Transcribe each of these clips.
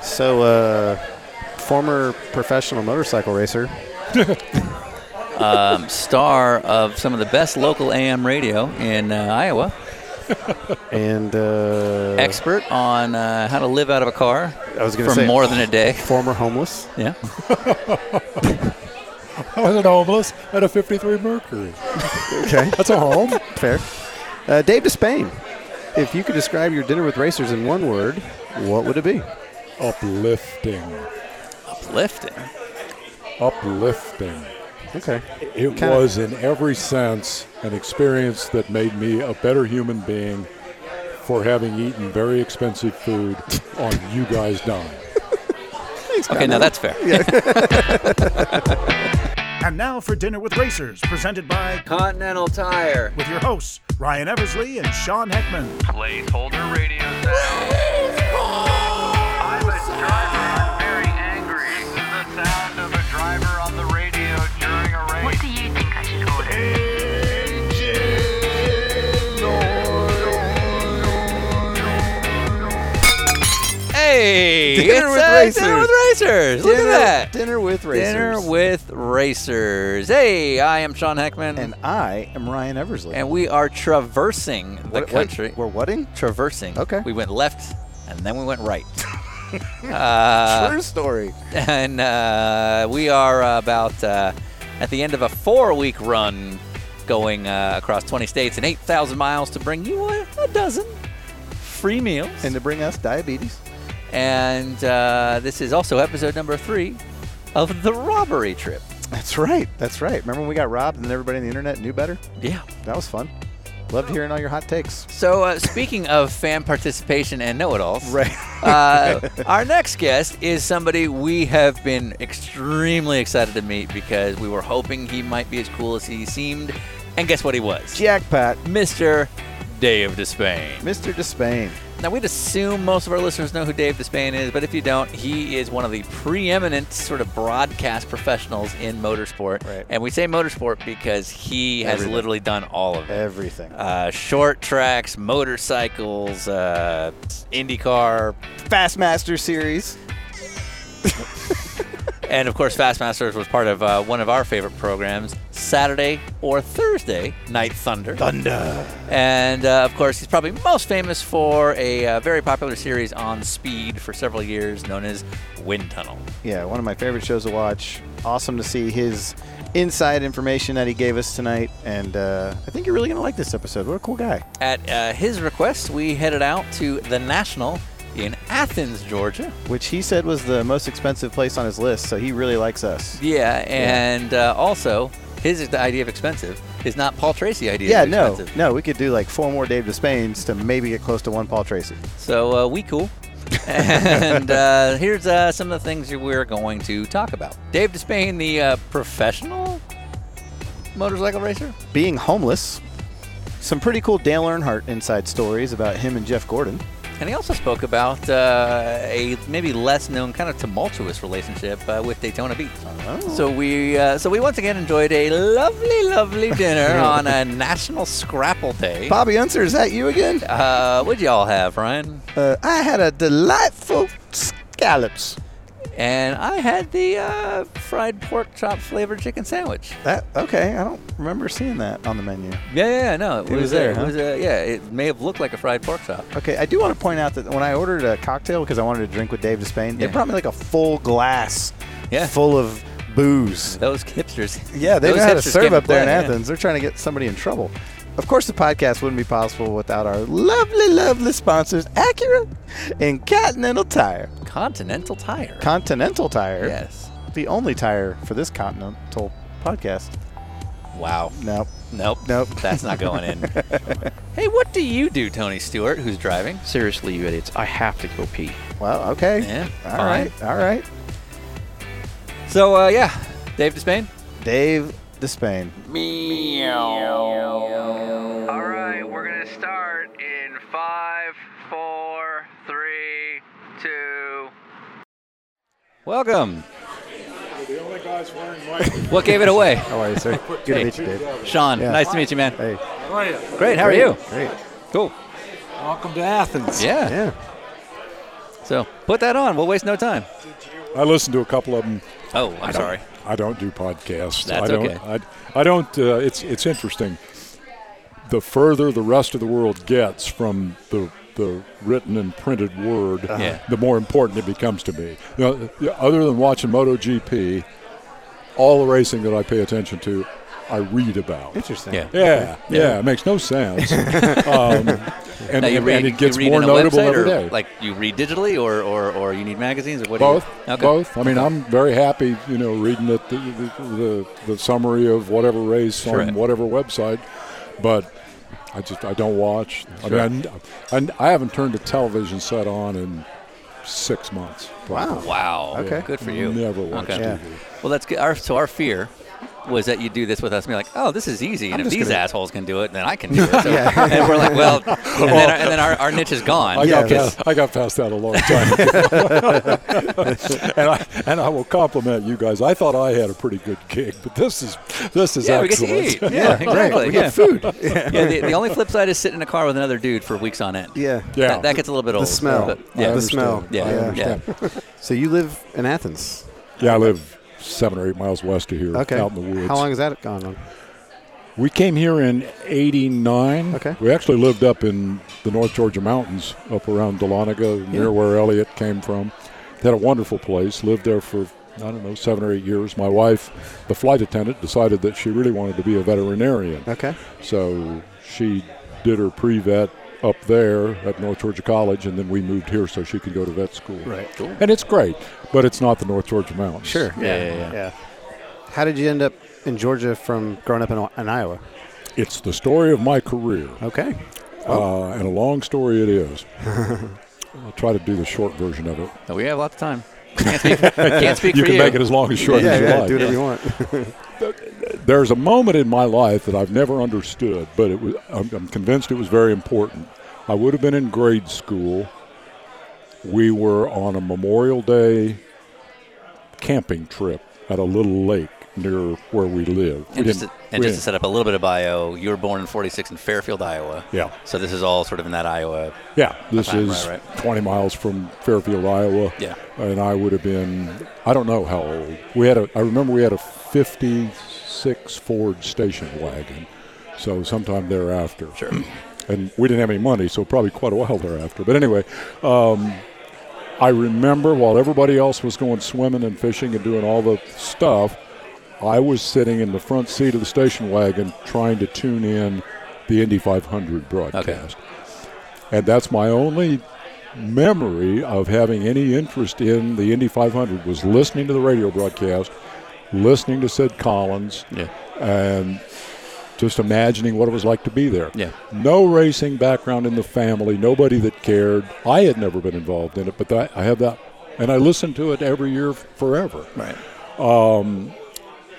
also a uh, former professional motorcycle racer. um, star of some of the best local AM radio in uh, Iowa. and uh, Expert on uh, how to live out of a car I was going for to say more than a day. former homeless. Yeah. I wasn't homeless at a 53 Mercury. Okay, That's a home. fair. Uh, Dave Despain, if you could describe your dinner with racers in one word, what would it be? Uplifting. Lifting. Uplifting. Okay. It Kinda- was, in every sense, an experience that made me a better human being for having eaten very expensive food on you guys' dime. Okay, now that's fair. And now for Dinner with Racers, presented by Continental Tire. with your hosts Ryan Eversley and Sean Heckman. Placeholder radio sound. I'm a driver. I'm very angry. This is the sound of a driver on the radio during a race. What do you think I should order? Hey, Dinner it's with uh, Dinner Racers. with racers. Look Dinner- at that. Dinner with racers. Dinner with racers. Hey, I am Sean Heckman, and and, I am Ryan Eversley. we are traversing the What- what- country. we're whating? traversing. Okay. We went left, and then we went right, Uh, True story. and uh, we are about uh, at the end of a four-week run, going uh, across 20 states and 8,000 miles to bring you a, a dozen free meals. And to bring us diabetes. And uh, this is also episode number three of the robbery trip. That's right. That's right. Remember when we got robbed and everybody on the internet knew better? Yeah. That was fun. Loved hearing all your hot takes. So, uh, speaking of fan participation and know it alls, Right. uh, our next guest is somebody we have been extremely excited to meet because we were hoping he might be as cool as he seemed. And guess what he was? Jackpot, Mr. Dave Despain. Mr. Despain. Now, we'd assume most of our listeners know who Dave Despain is, but if you don't, he is one of the preeminent sort of broadcast professionals in motorsport. Right. And we say motorsport because he has Everything. literally done all of it Everything. uh, short tracks, motorcycles, uh, IndyCar, Fastmaster series. and of course, Fast Masters was part of uh, one of our favorite programs, Saturday or Thursday, Night Thunder. Thunder. And uh, of course, he's probably most famous for a uh, very popular series on speed for several years known as Wind Tunnel. Yeah, one of my favorite shows to watch. Awesome to see his inside information that he gave us tonight. And uh, I think you're really going to like this episode. What a cool guy. At uh, his request, we headed out to the National in Athens, Georgia. Which he said was the most expensive place on his list, so he really likes us. Yeah, and Uh, also, his the idea of expensive is not Paul Tracy idea. Yeah, of no, expensive. no, we could do like four more Dave Despains to maybe get close to one Paul Tracy. So uh, we cool. and uh, here's uh, some of the things that we're going to talk about. Dave Despain, the uh, professional motorcycle racer. Being homeless, some pretty cool Dale Earnhardt inside stories about him and Jeff Gordon. And he also spoke about uh, a maybe less known, kind of tumultuous relationship uh, with Daytona Beach. So we, uh, so we once again enjoyed a lovely, lovely dinner on a National Scrapple Day. Bobby Unser, is that you again? Uh, what'd y'all have, Ryan? Uh, I had a delightful scallops. And I had the uh, fried pork chop flavored chicken sandwich. That okay? I don't remember seeing that on the menu. Yeah, yeah, yeah, no, it, was uh, there, It huh? was, uh, yeah, it may have looked like a fried pork chop. Okay, I do want to point out that when I ordered a cocktail because I wanted to drink with Dave Despain, they Yeah. brought me like a full glass Yeah. full of booze. Those hipsters. Yeah, they those know how to hipsters serve came up there in play, yeah. Athens. They're trying to get somebody in trouble. Of course, the podcast wouldn't be possible without our lovely, lovely sponsors, Acura and Continental Tire. Continental Tire. Continental Tire, yes. the only tire for this continental podcast. Wow. Nope. Nope. Nope. That's not going in. hey, what do you do, Tony Stewart, who's driving? Seriously, you idiots, I have to go pee. Well, okay. Yeah, All fine. right. All right. So, uh, yeah, Dave Despain. Dave Despain. All right, we're gonna start in five, four, three, two. Welcome. what gave it away? How are you, sir? Good to Hey. meet you, Dave. Sean, Yeah. nice to meet you, man. Hey. Great, how are you? Great. Cool. Welcome to Athens. Yeah. Yeah. So, Put that on. We'll waste no time. I listened to a couple of them. Oh, I'm sorry. I don't do podcasts. That's I don't, okay. I, I don't. Uh, it's it's interesting. The further the rest of the world gets from the the written and printed word, Uh-huh. Yeah. the more important it becomes to me. You know, yeah, other than watching MotoGP, all the racing that I pay attention to, I read about. Interesting. Yeah. Yeah, yeah, it makes no sense. um, and, Now you and read, it gets you read more in a notable website every or, day. Like you read digitally, or, or, or you need magazines, or what? do you- Both, Okay. both. I mean, I'm very happy, you know, reading the the, the, the, the summary of whatever race Sure. on whatever website, but I just I don't watch. I mean, I, I, I haven't turned a television set on in six months. Wow. Wow. Okay. Good for you. Never watch Okay. Yeah. TV. Well, that's good. Our, so our fear was that you do this with us and be like, oh, this is easy. And if just these gonna- assholes can do it, then I can do it. So, And we're like, well, and then, our, and then our, our niche is I gone. got, Yeah. past, I got past that a long time ago. and, I, and I will compliment you guys. I thought I had a pretty good gig, but this is this is Yeah, we get excellent. to eat. Yeah, right. exactly. We yeah. got food. Yeah, the, the only flip side is sitting in a car with another dude for weeks on end. Yeah. Yeah. That, that gets a little bit The old. smell. but- Yeah. I The yeah. smell. understand. Yeah, I yeah. understand. So you live in Athens. Yeah, I live seven or eight miles west of here, Okay. out in the woods. How long has that gone on? We came here in '89. Okay. We actually lived up in the North Georgia mountains, up around Dahlonega, near where Elliot came from. Had a wonderful place. Lived there for I don't know seven or eight years. My wife, the flight attendant, decided that she really wanted to be a veterinarian. Okay. So she did her pre-vet up there at North Georgia College, and then we moved here so she could go to vet school. Right. Cool. And it's great, but it's not the North Georgia mountains. Sure. Yeah, yeah, yeah. How did you end up in Georgia from growing up in, in Iowa? It's the story of my career. Okay. Oh. Uh, and a long story it is. I'll try to do the short version of it. No, we have lots of time. Can't speak, can't speak You for can you. make it as long as short yeah, as you yeah. like. Do whatever you want. There's a moment in my life that I've never understood, but it was, I'm, I'm convinced it was very important. I would have been in grade school. We were on a Memorial Day camping trip at a little lake near where we live. We and just, to, didn't- and we just to set up a little bit of bio, you were born in 46 in Fairfield, Iowa. Yeah. So this is all sort of in that Iowa. Yeah, this Right, right, is right. 20 miles from Fairfield, Iowa. Yeah. And I would have been, I don't know how old. We had a, I remember we had a 56 Ford station wagon. So sometime thereafter. Sure. And we didn't have any money, so probably quite a while thereafter. But anyway, um, I remember while everybody else was going swimming and fishing and doing all the stuff, I was sitting in the front seat of the station wagon trying to tune in the Indy 500 broadcast. And that's my only memory of having any interest in the Indy 500 was listening to the radio broadcast, listening to Sid Collins, Yeah. and just imagining what it was like to be there. Yeah. No racing background in the family, nobody that cared. I had never been involved in it, but that, I have that. And I listened to it every year forever. Right.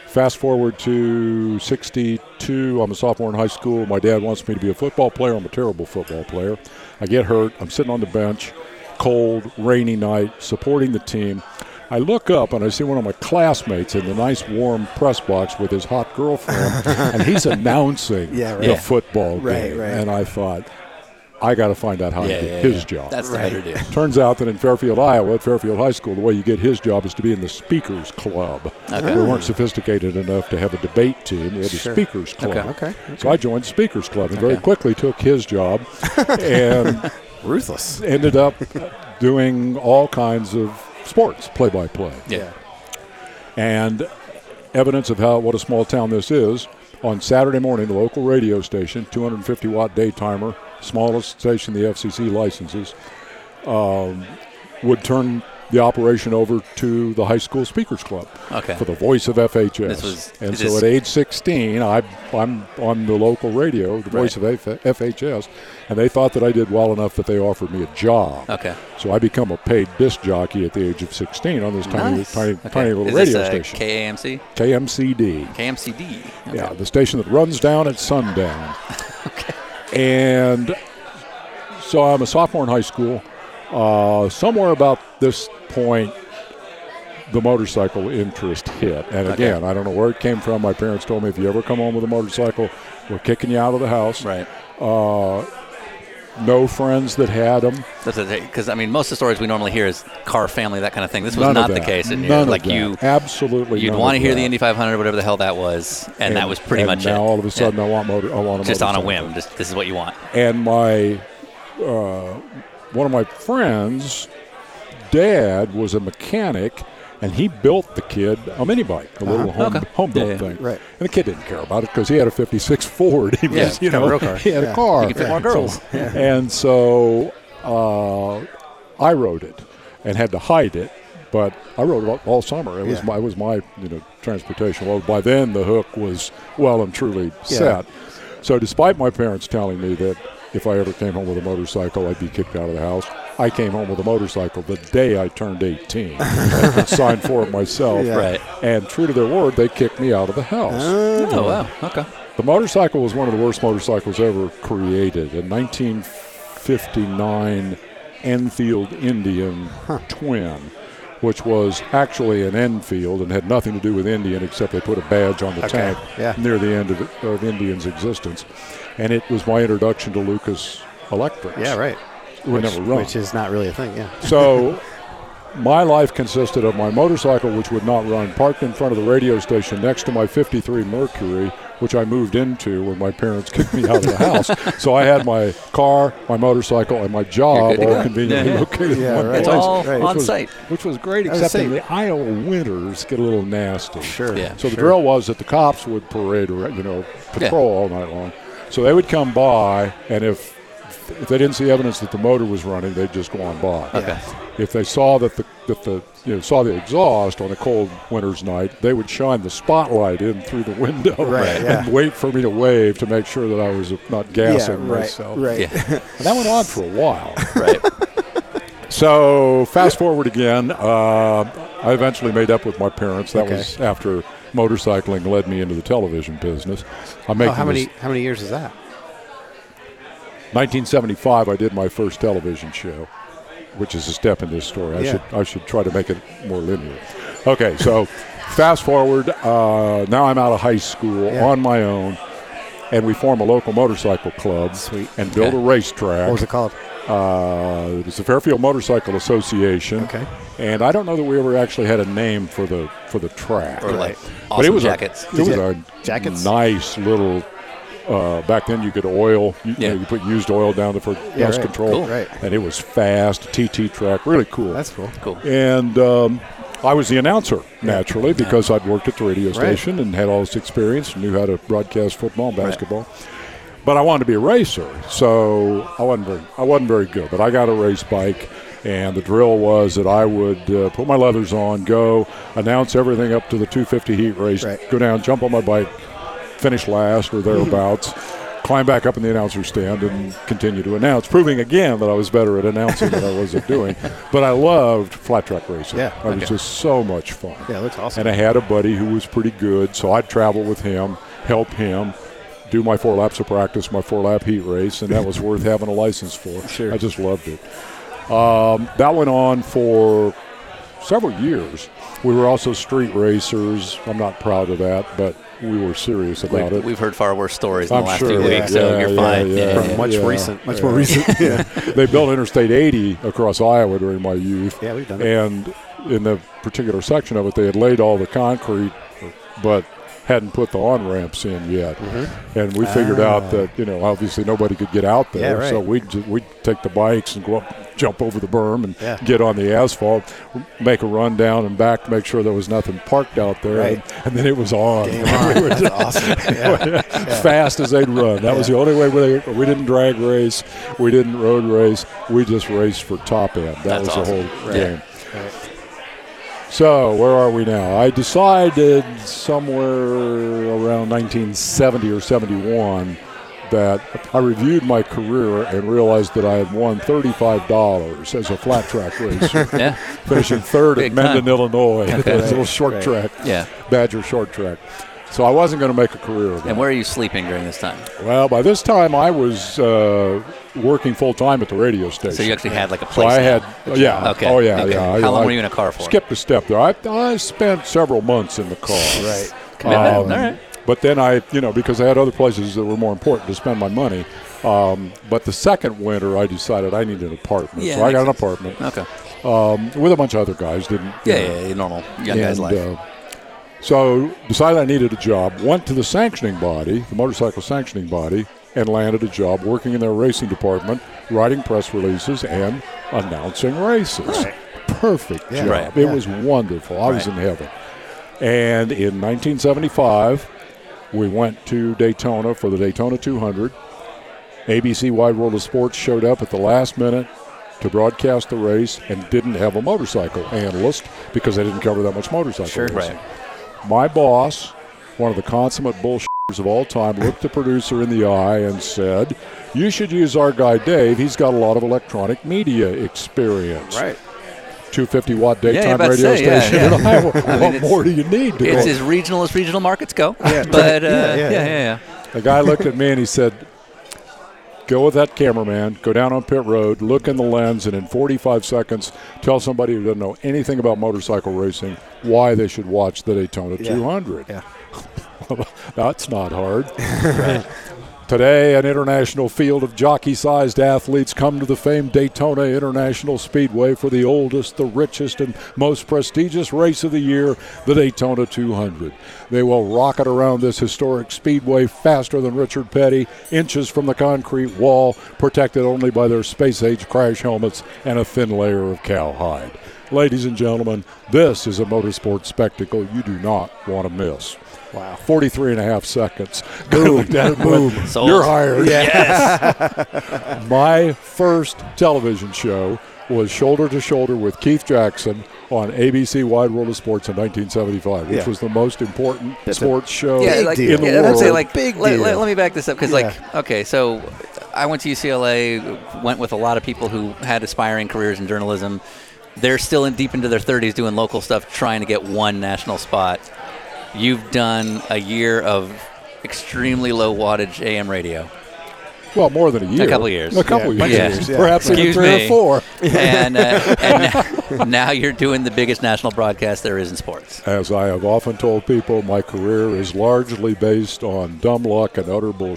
Fast forward to 62, I'm a sophomore in high school. My dad wants me to be a football player. I'm a terrible football player. I get hurt. I'm sitting on the bench, cold, rainy night, supporting the team. I look up and I see one of my classmates in the nice warm press box with his hot girlfriend, and he's announcing Yeah, right. the Yeah. football Right, game. right. And I thought, I got to find out how Yeah, to yeah, get yeah. his job. That's the better deal. Turns out that in Fairfield, Iowa, at Fairfield High School, the way you get his job is to be in the speakers club. Okay. We weren't sophisticated enough to have a debate team. We had the speakers club. Okay. Okay. So I joined speakers club and very Okay. quickly took his job and Ruthless. ended up doing all kinds of sports play-by-play. Yeah. And evidence of how what a small town this is. On Saturday morning, the local radio station, 250 watt day timer, smallest station the FCC licenses, um, would turn the operation over to the high school speakers club Okay. for the voice of FHS. This was- and this so is- at age 16, I, I'm on the local radio, the voice Right. of F- FHS, and they thought that I did well enough that they offered me a job. Okay. So I become a paid disc jockey at the age of 16 on this tiny, Nice. tiny, Okay. tiny little Is radio this, uh, station. KAMC? KMCD. KMCD. Okay. Yeah, the station that runs down at sundown. And so I'm a sophomore in high school. Uh, somewhere about this point, the motorcycle interest hit. And Okay. again, I don't know where it came from. My parents told me if you ever come home with a motorcycle, we're kicking you out of the house. Right. no friends that had them. Because I mean, most of the stories we normally hear is car, family, that kind of thing. This was None not of the that. case. And None you're of like that. you, absolutely. you'd none want to of hear that. the Indy 500, whatever the hell that was, and, that was pretty and much now it. all of a sudden, Yeah. I want motor. I want a just on a motorcycle. whim. Just this is what you want. and my uh, one of my friends' dad was a mechanic, and he built the kid a mini bike, a little home, Uh-huh. Okay. home built Yeah, yeah. thing. Right. And the kid didn't care about it because he had a '56 Ford. He Yeah, was, you kind of real know, car. he had Yeah. a car. You can fit more So- girls. and so uh, I rode it and had to hide it. But I rode it all, all summer. It was Yeah. my it was my you know transportation. Well, by then the hook was well and truly Yeah. set. So, despite my parents telling me that if I ever came home with a motorcycle, I'd be kicked out of the house, I came home with a motorcycle the day I turned 18. I could sign for it myself. Yeah. Ah. Right. And true to their word, they kicked me out of the house. Oh wow. Okay. The motorcycle was one of the worst motorcycles ever created. A 1959 Enfield Indian twin, which was actually an Enfield and had nothing to do with Indian except they put a badge on the tank yeah. near the end of, of Indian's existence. And it was my introduction to Lucas Electrics. Yeah, right. It would never run. Which is not really a thing, yeah. So my life consisted of my motorcycle, which would not run, parked in front of the radio station next to my 53 Mercury, which I moved into when my parents kicked me out of the house. so I had my car, my motorcycle, and my job You're good to all go. conveniently Yeah, yeah. located Yeah, in one right. It's place, all right. on which was- site. Which was great, was except in saying- the Iowa winters get a little nasty. Sure. Yeah. So the drill was that the cops would parade, ar- you know, patrol all night long. So they would come by, and if if they didn't see evidence that the motor was running, they'd just go on by. Okay. If they saw that the that the you know, saw the exhaust on a cold winter's night, they would shine the spotlight in through the window Right, and yeah. wait for me to wave to make sure that I was not gassing right, myself. right. Yeah. And that went on for a while. Right. So fast forward again. Uh, I eventually made up with my parents. That Okay. was after motorcycling led me into the television business. I make Oh, how many how many years is that? 1975. I did my first television show, which is a step in this story. I Yeah. should I should try to make it more linear. Okay, so fast forward. Uh, now I'm out of high school Yeah. on my own, and we form a local motorcycle club Sweet. and build Okay. a racetrack. What was it called? Uh, it was the Fairfield Motorcycle Association. Okay. And I don't know that we ever actually had a name for the for the track. Or like but it awesome was jackets. A, it was Yeah. a Jackets? nice little. Uh, back then, you could oil. You, you Yeah. know, you put used oil down for Yeah, dust right. control, Cool. Right. and it was fast. TT track, really cool. That's cool. Cool. And um, I was the announcer naturally because I'd worked at the radio station and had all this experience, knew how to broadcast football and basketball. But I wanted to be a racer, so I wasn't very I wasn't very good. But I got a race bike, and the drill was that I would uh, put my leathers on, go announce everything up to the 250 heat race, Right. go down, jump on my bike, finish last or thereabouts. Climb back up in the announcer stand and continue to announce, proving again that I was better at announcing than I was at doing. But I loved flat track racing. Yeah. it was just so much fun. Yeah, it looks awesome. And I had a buddy who was pretty good, so I'd travel with him, help him, do my four laps of practice, my four lap heat race, and that was worth having a license for. Sure. I just loved it. Um, that went on for several years. We were also street racers. I'm not proud of that, but we were serious about We've, it. we've heard far worse stories in I'm the last sure. few yeah, weeks, so yeah, you're yeah, fine. yeah, Yeah, yeah. yeah. Much Yeah. recent. Much more recent. yeah. they built Interstate 80 across Iowa during my youth. Yeah, we've done it. And in the particular section of it, they had laid all the concrete, but hadn't put the on ramps in yet. And we figured out that you know obviously nobody could get out there, Mm-hmm. Ah. Yeah, right. so we'd ju- we'd take the bikes and go up, jump over the berm and Yeah. get on the asphalt, make a run down and back, make sure there was nothing parked out there, Right. and, and then it was on. That's awesome. Yeah. fast as they'd run. That was the only way we, we didn't drag race, we didn't road race, we just raced for top end. That That's was awesome. the whole game. So, where are we now? I decided somewhere around 1970 or 71 that I reviewed my career and realized that I had won $35 as a flat track racer, Yeah. finishing third at Big time. Mendon, Illinois, a little short Right. track, Yeah. Badger short track. So, I wasn't going to make a career of that. And where are you sleeping during this time? Well, by this time I was uh, working full time at the radio station. So you actually had like a So place. I now. had, yeah. Okay. Oh, yeah, Okay. yeah. I- How long I were you in a car for? Skipped a step there. I, I spent several months in the car. Right. Commitment. Um, All right. But then I, you know, because I had other places that were more important to spend my money. Um, but the second winter, I decided I needed an apartment, Yeah, so I makes got an sense. apartment Okay. with a bunch of other guys. Didn't you Yeah, know, yeah, yeah, normal young guy's and, life. uh, so decided I needed a job. Went to the sanctioning body, the motorcycle sanctioning body, and landed a job working in their racing department, writing press releases and announcing races. Perfect job. Right. It was wonderful. I was in heaven. And in 1975, we went to Daytona for the Daytona 200. ABC Wide World of Sports showed up at the last minute to broadcast the race and didn't have a motorcycle analyst because they didn't cover that much motorcycle Sure. racing. My boss, one of the consummate bullshitters of all time, looked the producer in the eye and said, "You should use our guy Dave. He's got a lot of electronic media experience. Right. 250 watt yeah, daytime about to radio say, yeah, station yeah. in Iowa. what it's- more do you need to It's go? as regional as regional markets go. But uh, yeah, Yeah, yeah, yeah, yeah, The guy looked at me and he said, Go with that cameraman, go down on pit road, look in the lens, and in 45 seconds, tell somebody who doesn't know anything about motorcycle racing why they should watch the Daytona 200. Yeah. That's not hard. Today, an international field of jockey sized athletes come to the famed Daytona International Speedway for the oldest, the richest, and most prestigious race of the year, the Daytona 200. They will rocket around this historic speedway faster than Richard Petty, inches from the concrete wall, protected only by their space age crash helmets and a thin layer of cowhide. Ladies and gentlemen, this is a motorsport spectacle you do not want to miss. Wow. 43 and a half seconds. Boom. Boom. Sold. You're hired. My first television show was Shoulder to Shoulder with Keith Jackson on ABC Wide World of Sports in 1975, which Yeah. was the most important sports show Yeah, Big like, deal. in the yeah, I'd world. say like, Big let, let- deal. let me back this up because, Yeah. like, okay, so I went to UCLA, went with a lot of people who had aspiring careers in journalism. They're still in deep into their 30s doing local stuff, trying to get one national spot. You've done a year of extremely low wattage AM radio. well, more than a year. couple years. A couple Yeah, years. bunch of years, yeah. Perhaps even Excuse three me. or four. and uh, and now, now you're doing the biggest national broadcast there is in sports. As I have often told people, my career is largely based on dumb luck and utter bullshit.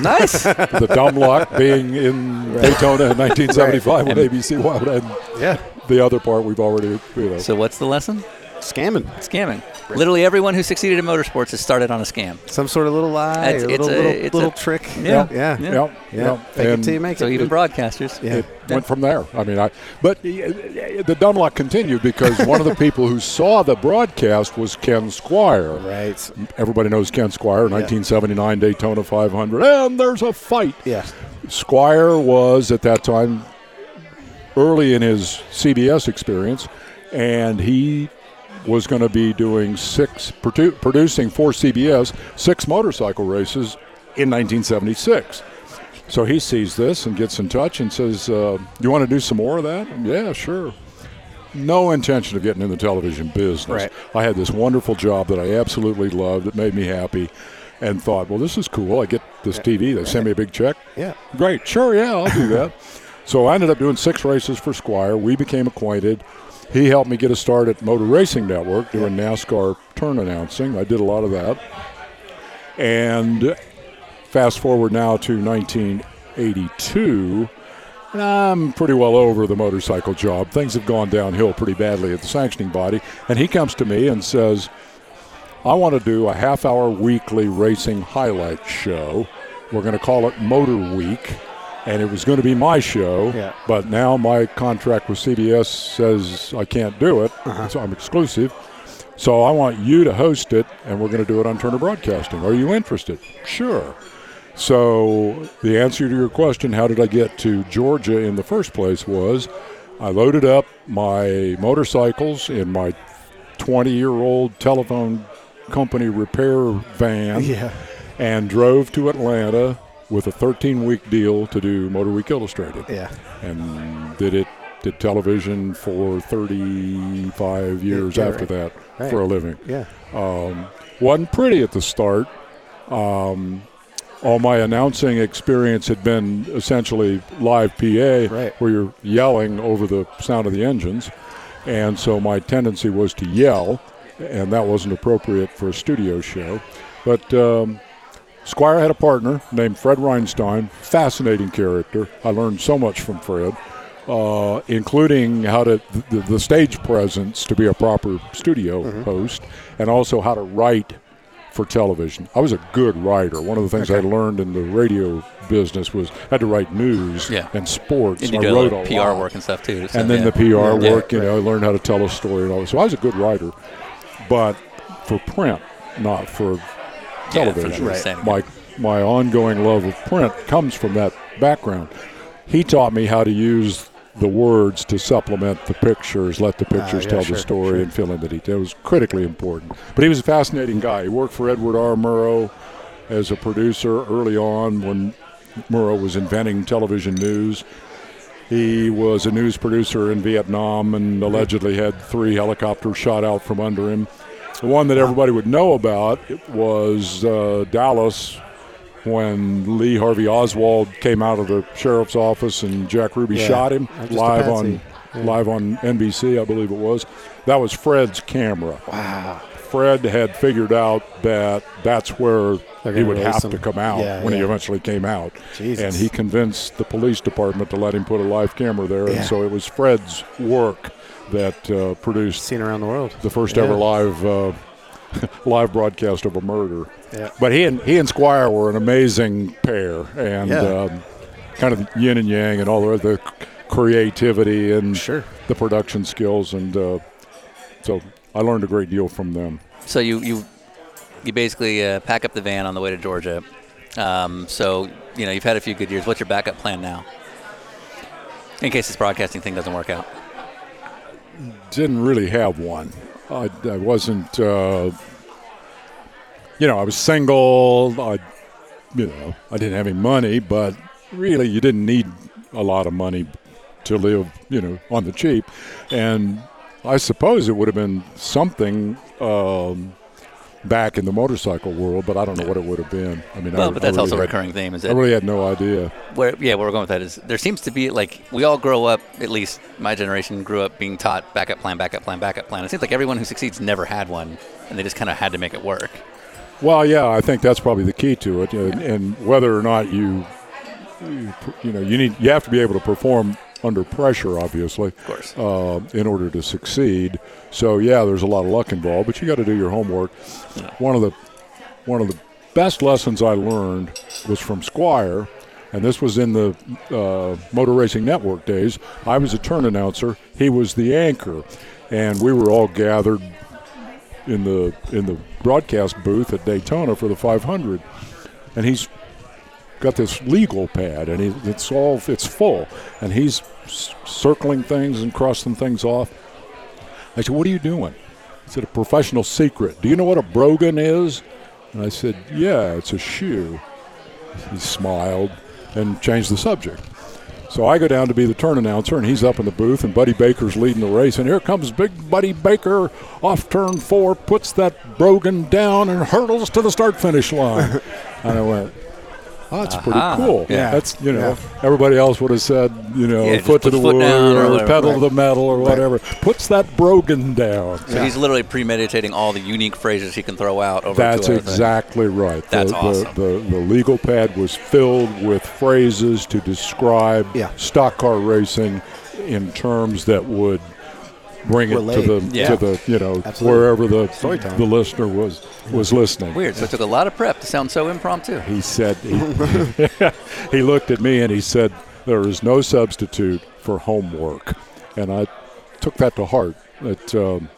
Nice. the dumb luck being in Daytona in 1975 with ABC Wild, and Yeah. the other part we've already, you know. so what's the lesson? Scamming. Scamming. Literally everyone who succeeded in motorsports has started on a scam. Some sort of little lie, It's- or it's little, a- little, it's little a- trick. yeah. Yeah. Yeah. Yep, Yeah. yep. Fake it And till you make So it. even It- broadcasters. Yeah. went from there. I mean, I but uh, the dumb luck continued because one of the people who saw the broadcast was Ken Squire. Right. Everybody knows Ken Squire, 1979 Daytona 500, and there's a fight. Yeah. Squire was at that time early in his CBS experience, and he was going to be doing six produ- producing for CBS six motorcycle races in 1976. So he sees this and gets in touch and says, uh, "You want to do some more of that?" Yeah, sure. No intention of getting in the television business. Right. I had this wonderful job that I absolutely loved. It made me happy, and thought, "Well, this is cool. I get this TV. They send me a big check. Yeah. Great. Sure. Yeah, I'll do that. so I ended up doing six races for Squire. We became acquainted. He helped me get a start at Motor Racing Network doing NASCAR turn announcing. I did a lot of that. And fast forward now to 1982. and I'm pretty well over the motorcycle job. Things have gone downhill pretty badly at the sanctioning body. And he comes to me and says, I want to do a half hour weekly racing highlight show. We're going to call it Motor Week. And it was going to be my show, Yeah. but now my contract with CBS says I can't do it, so I'm exclusive. So I want you to host it, and we're going to do it on Turner Broadcasting. Are you interested? Sure. So the answer to your question, how did I get to Georgia in the first place, was I loaded up my motorcycles in my 20 year old telephone company repair van Yeah. and drove to Atlanta with a 13 week deal to do Motor Week Illustrated Yeah. and did it did television for 35 years Yeah, after right. that Right. for a living Yeah. wasn't pretty at the start. Um, all my announcing experience had been essentially live PA, Right. where you're yelling over the sound of the engines, and so my tendency was to yell, and that wasn't appropriate for a studio show. But um, Squire had a partner named Fred Reinstein, fascinating character. I learned so much from Fred, uh, including how to the, the stage presence to be a proper studio Mm-hmm. host, and also how to write for television. I was a good writer. One of the things I learned in the radio business was I had to write news Yeah. and sports. And you I do a wrote lot of PR lot work and stuff too. so, and then yeah. the PR Yeah. work, you know, learn how to tell a story and all that. So I was a good writer, but for print, not for television. sure, Right. same. My my ongoing love of print comes from that background. He taught me how to use the words to supplement the pictures, let the pictures yeah, tell sure, the story, and fill in the detail. It was critically important. But he was a fascinating guy. He worked for Edward R. Murrow as a producer early on when Murrow was inventing television news. He was a news producer in Vietnam and allegedly had three helicopters shot out from under him. The one that everybody would know about was uh, Dallas when Lee Harvey Oswald came out of the sheriff's office and Jack Ruby Yeah, shot him I'm just a live on patsy. Yeah. live on NBC, I believe it was. That was Fred's camera. Wow. Fred had figured out that that's where They're he gonna would release have him. to come out Yeah, when he yeah. eventually came out. Jesus. And he convinced the police department to let him put a live camera there. Yeah. And so it was Fred's work that uh, produced Seen around the world. the first Yeah. ever live uh, live broadcast of a murder. Yeah. But he and he and Squire were an amazing pair, and Yeah. um, kind of yin and yang, and all the the creativity and Sure. the production skills, and uh, so I learned a great deal from them. So you you you basically uh, pack up the van on the way to Georgia. Um, so you know you've had a few good years. What's your backup plan now? In case this broadcasting thing doesn't work out. didn't really have one. I, I wasn't, uh, you know, I was single. I, you know, I didn't have any money, but really, you didn't need a lot of money to live, you know, on the cheap. And I suppose it would have been something um, back in the motorcycle world, but I don't know what it would have been. I mean, Well, I, but that's I really also a had- recurring theme. Is I that really had no idea. where yeah where we're going with that is there seems to be like we all grow up at least my generation grew up being taught backup plan backup plan backup plan. It seems like everyone who succeeds never had one and they just kind of had to make it work. Well, yeah, I think that's probably the key to it, and, and whether or not you, you, pr- you know, you need you have to be able to perform under pressure, obviously, of course. uh, in order to succeed. So yeah, there's a lot of luck involved, but you got to do your homework. One of the one of the best lessons I learned was from Squire, and this was in the uh, Motor Racing Network days. I was a turn announcer; he was the anchor, and we were all gathered in the in the broadcast booth at Daytona for the 500, and he's got this legal pad, and he, it's all it's full, and he's s- circling things and crossing things off. I said, "What are you doing?" He said, "A professional secret. Do you know what a brogan is?" And I said, "Yeah, it's a shoe." He smiled and changed the subject. So I go down to be the turn announcer, and he's up in the booth, and Buddy Baker's leading the race. And here comes Big Buddy Baker off turn four, puts that Brogan down, and hurdles to the start finish line. and I went, oh, that's Aha. pretty cool. Yeah. That's, you know, Yeah. everybody else would have said, you know, Yeah, just foot to put the foot wood down or or, whatever. pedal Right. to the metal or whatever. Puts that Brogan down. So he's literally premeditating all the unique phrases he can throw out over. That's two hour thing. exactly right. That's the, awesome. The, the, the legal pad was filled with phrases to describe Yeah. stock car racing in terms that would bring it Relate. to the Yeah. to the you know Absolutely. wherever the Storytelling. the listener was was listening. Weird. So it took a lot of prep to sound so impromptu. He said he, he looked at me and he said there is no substitute for homework, and I took that to heart. That um,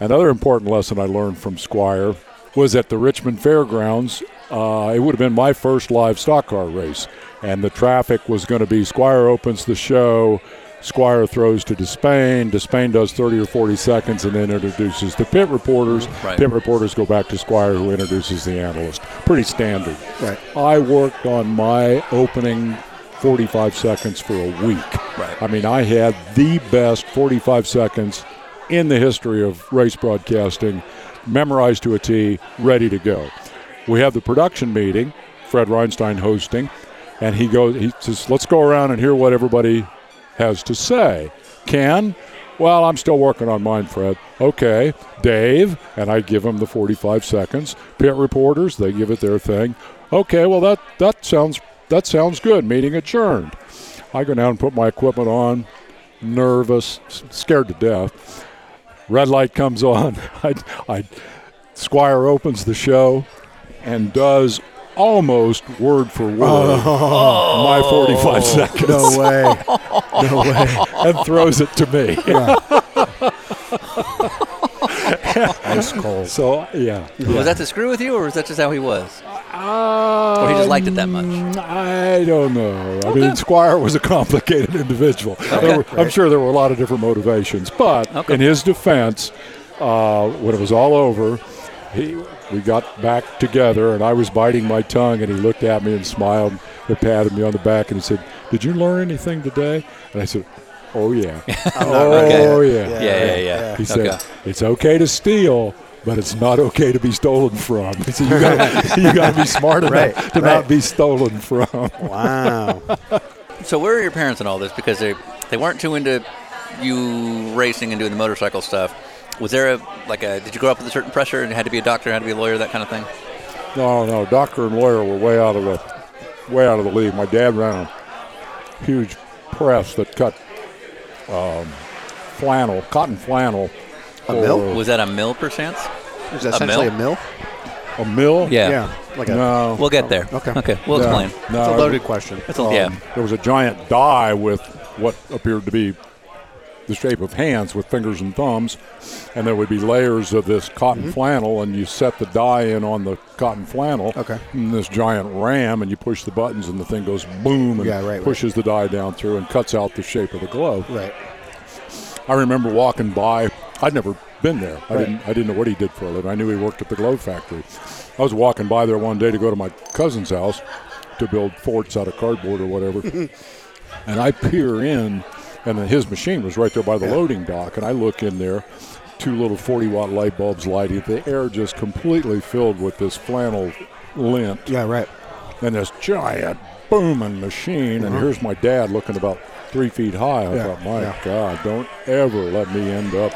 another important lesson I learned from Squire was at the Richmond Fairgrounds. Uh, it would have been my first live stock car race, and the traffic was going to be Squire opens the show. Squire throws to Despain. Despain does 30 or 40 seconds and then introduces the pit reporters. Right. Pit reporters go back to Squire, who introduces the analyst. Pretty standard. Right. I worked on my opening 45 seconds for a week. Right. I mean, I had the best 45 seconds in the history of race broadcasting, memorized to a T, ready to go. We have the production meeting, Fred Reinstein hosting, and he goes, he says, let's go around and hear what everybody has to say. Can Well, I'm still working on mine, Fred. Okay, Dave. And I give him the 45 seconds. Pit reporters, they give it their thing. Okay, well that that sounds that sounds good. Meeting adjourned. I go down and put my equipment on. Nervous, s- scared to death. Red light comes on. I, I Squire opens the show and does almost word for word my 45 seconds No way. No way. and throws it to me. Ice cold. So yeah, Was that to screw with you, or was that just how he was? or he just liked it that much? Um, I don't know. I mean, Squire was a complicated individual. There were- I'm sure there were a lot of different motivations, but Okay. in his defense, uh, when it was all over, he we got back together, and I was biting my tongue, and he looked at me and smiled, and patted me on the back, and he said, "Did you learn anything today?" And I said, "Oh yeah, oh okay. yeah." Yeah, yeah, yeah. He said, Okay. "It's okay to steal, but it's not okay to be stolen from." He said, "You got you got to be smart enough Right, to right. not be stolen from." Wow. So where are your parents in all this? Because they they weren't too into you racing and doing the motorcycle stuff. Was there a like a? Did you grow up with a certain pressure and had to be a doctor, had to be a lawyer, that kind of thing? No, no, doctor and lawyer were way out of the way out of the league. My dad ran a huge press that cut um, flannel, cotton flannel, A mill? for Was that a mill per chance? Is that essentially mill? a mill? a mill. Yeah. Like a, No. We'll get there. Okay. Okay. We'll no, explain. No, it's a loaded question. That's a, yeah. There was a giant die with what appeared to be the shape of hands with fingers and thumbs, and there would be layers of this cotton Mm-hmm. flannel, and you set the die in on the cotton flannel. Okay. And this giant ram, and you push the buttons, and the thing goes boom, and Yeah, right, right. pushes the die down through and cuts out the shape of the glove. Right. I remember walking by. I'd never been there. I didn't. I didn't know what he did for a living. I knew he worked at the Globe Factory. I was walking by there one day to go to my cousin's house to build forts out of cardboard or whatever, and I peer in, and then his machine was right there by the loading dock, and I look in there. Two little 40 watt light bulbs lighting. The air just completely filled with this flannel lint Yeah, right. and this giant booming machine. And here's my dad looking about three feet high. I Uh-huh. Yeah, thought, my yeah. God, don't ever let me end up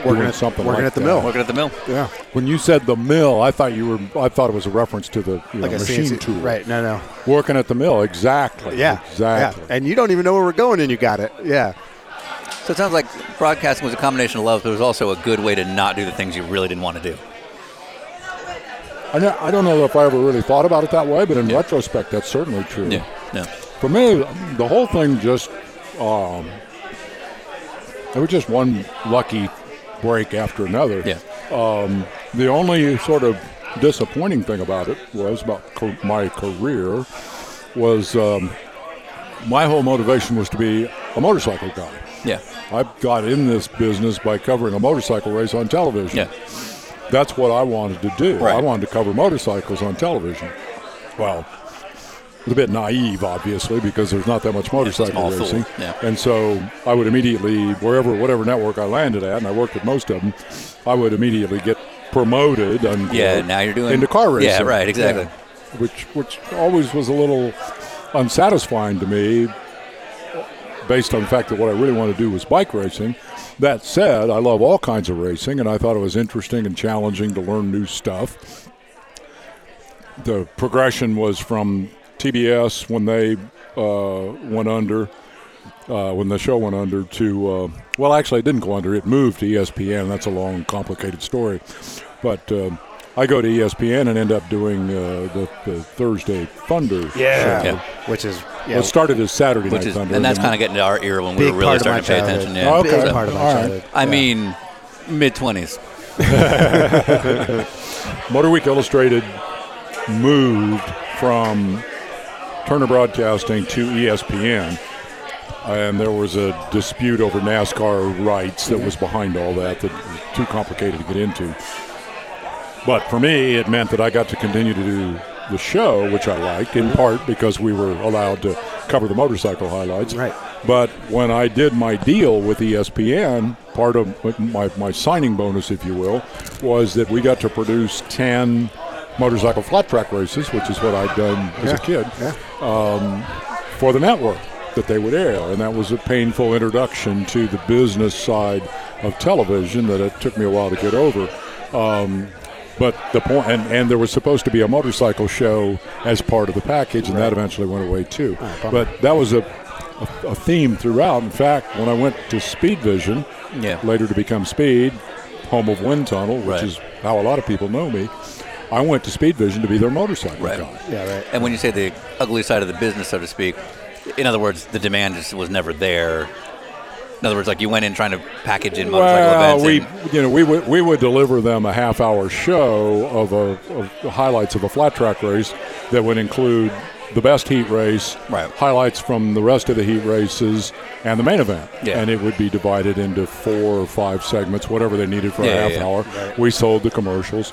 Working doing at- something working like at the that. mill. Working at the mill. Yeah. When you said the mill, I thought you were. I thought it was a reference to the you know, a machine CNC tool. Right. No, no. Working at the mill, exactly. Yeah. exactly. Yeah. And you don't even know where we're going and you got it. Yeah. So it sounds like broadcasting was a combination of loves, but it was also a good way to not do the things you really didn't want to do. I, know, I don't know if I ever really thought about it that way, but in retrospect, that's certainly true. Yeah. Yeah. For me, the whole thing just um, it was just one lucky break after another. Yeah. The only sort of disappointing thing about it was about co- my career was um, my whole motivation was to be a motorcycle guy. Yeah. I got in this business by covering a motorcycle race on television. Yeah. That's what I wanted to do. Right. I wanted to cover motorcycles on television. Well, it's a bit naive, obviously, because there's not that much motorcycle awful, racing. yeah. And so I would immediately, wherever, whatever network I landed at, and I worked with most of them, I would immediately get promoted. And Yeah, now you're doing- into car racing. Yeah, right, exactly. Yeah. Which, which always was a little unsatisfying to me based on the fact that what I really wanted to do was bike racing. That said, I love all kinds of racing, and I thought it was interesting and challenging to learn new stuff. The progression was from TBS when they uh, went under, uh, when the show went under, to uh, well, actually, it didn't go under. It moved to E ESPN. That's a long, complicated story, but. Um, I go to ESPN and end up doing uh, the, the Thursday Thunder. Yeah. show. Yeah. Which is Well, yeah. it started as Saturday Which Night is, Thunder. and that's then- kind of getting to our era when we big were really part of my starting to pay childhood. attention. Yeah. Oh, Okay. Big part of my All right. childhood. I Yeah. mean, mid twenties. Motor Week Illustrated moved from Turner Broadcasting to E ESPN, and there was a dispute over NASCAR rights that was behind all that that was too complicated to get into. But for me, it meant that I got to continue to do the show, which I liked, in part because we were allowed to cover the motorcycle highlights. Right. But when I did my deal with E ESPN, part of my, my signing bonus, if you will, was that we got to produce 10 motorcycle flat track races, which is what I'd done as a kid, um, for the network. that they would air. And that was a painful introduction to the business side of television that it took me a while to get over. Um, but the point, and, and there was supposed to be a motorcycle show as part of the package, and that eventually went away too. Ah, bummer. but that was a, a, a theme throughout. In fact, when I went to Speed Vision, Yeah. later to become Speed, home of Wind Tunnel, which Right. is how a lot of people know me, I went to Speed Vision to be their motorcycle Right. guy. Yeah, right. And when you say the ugly side of the business, so to speak, in other words, the demand just was never there. In other words, like you went in trying to package in motorcycle events. Well, we and- you know we would we would deliver them a half hour show of a of the highlights of a flat track race that would include the best heat race, Right. highlights from the rest of the heat races, and the main event. Yeah. And it would be divided into four or five segments, whatever they needed for Yeah, a yeah, half yeah. hour. We sold the commercials.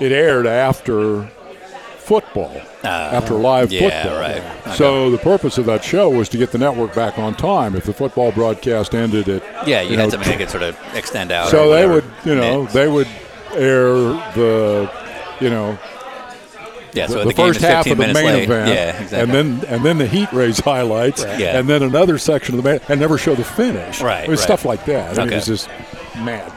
It aired after football, after live Ah, yeah, football. right. I So the purpose of that show was to get the network back on time. If the football broadcast ended at yeah, you, you had know, something that could sort of extend out. so or they whatever. would, you know, they would air the, you know, yeah, so the, the, game first is half 15 of the main minutes late. event, Yeah, exactly. and then and then the heat race highlights, Yeah. and then another section of the main, and never show the finish. Right, it was right. stuff like that. I mean, Okay. it was just mad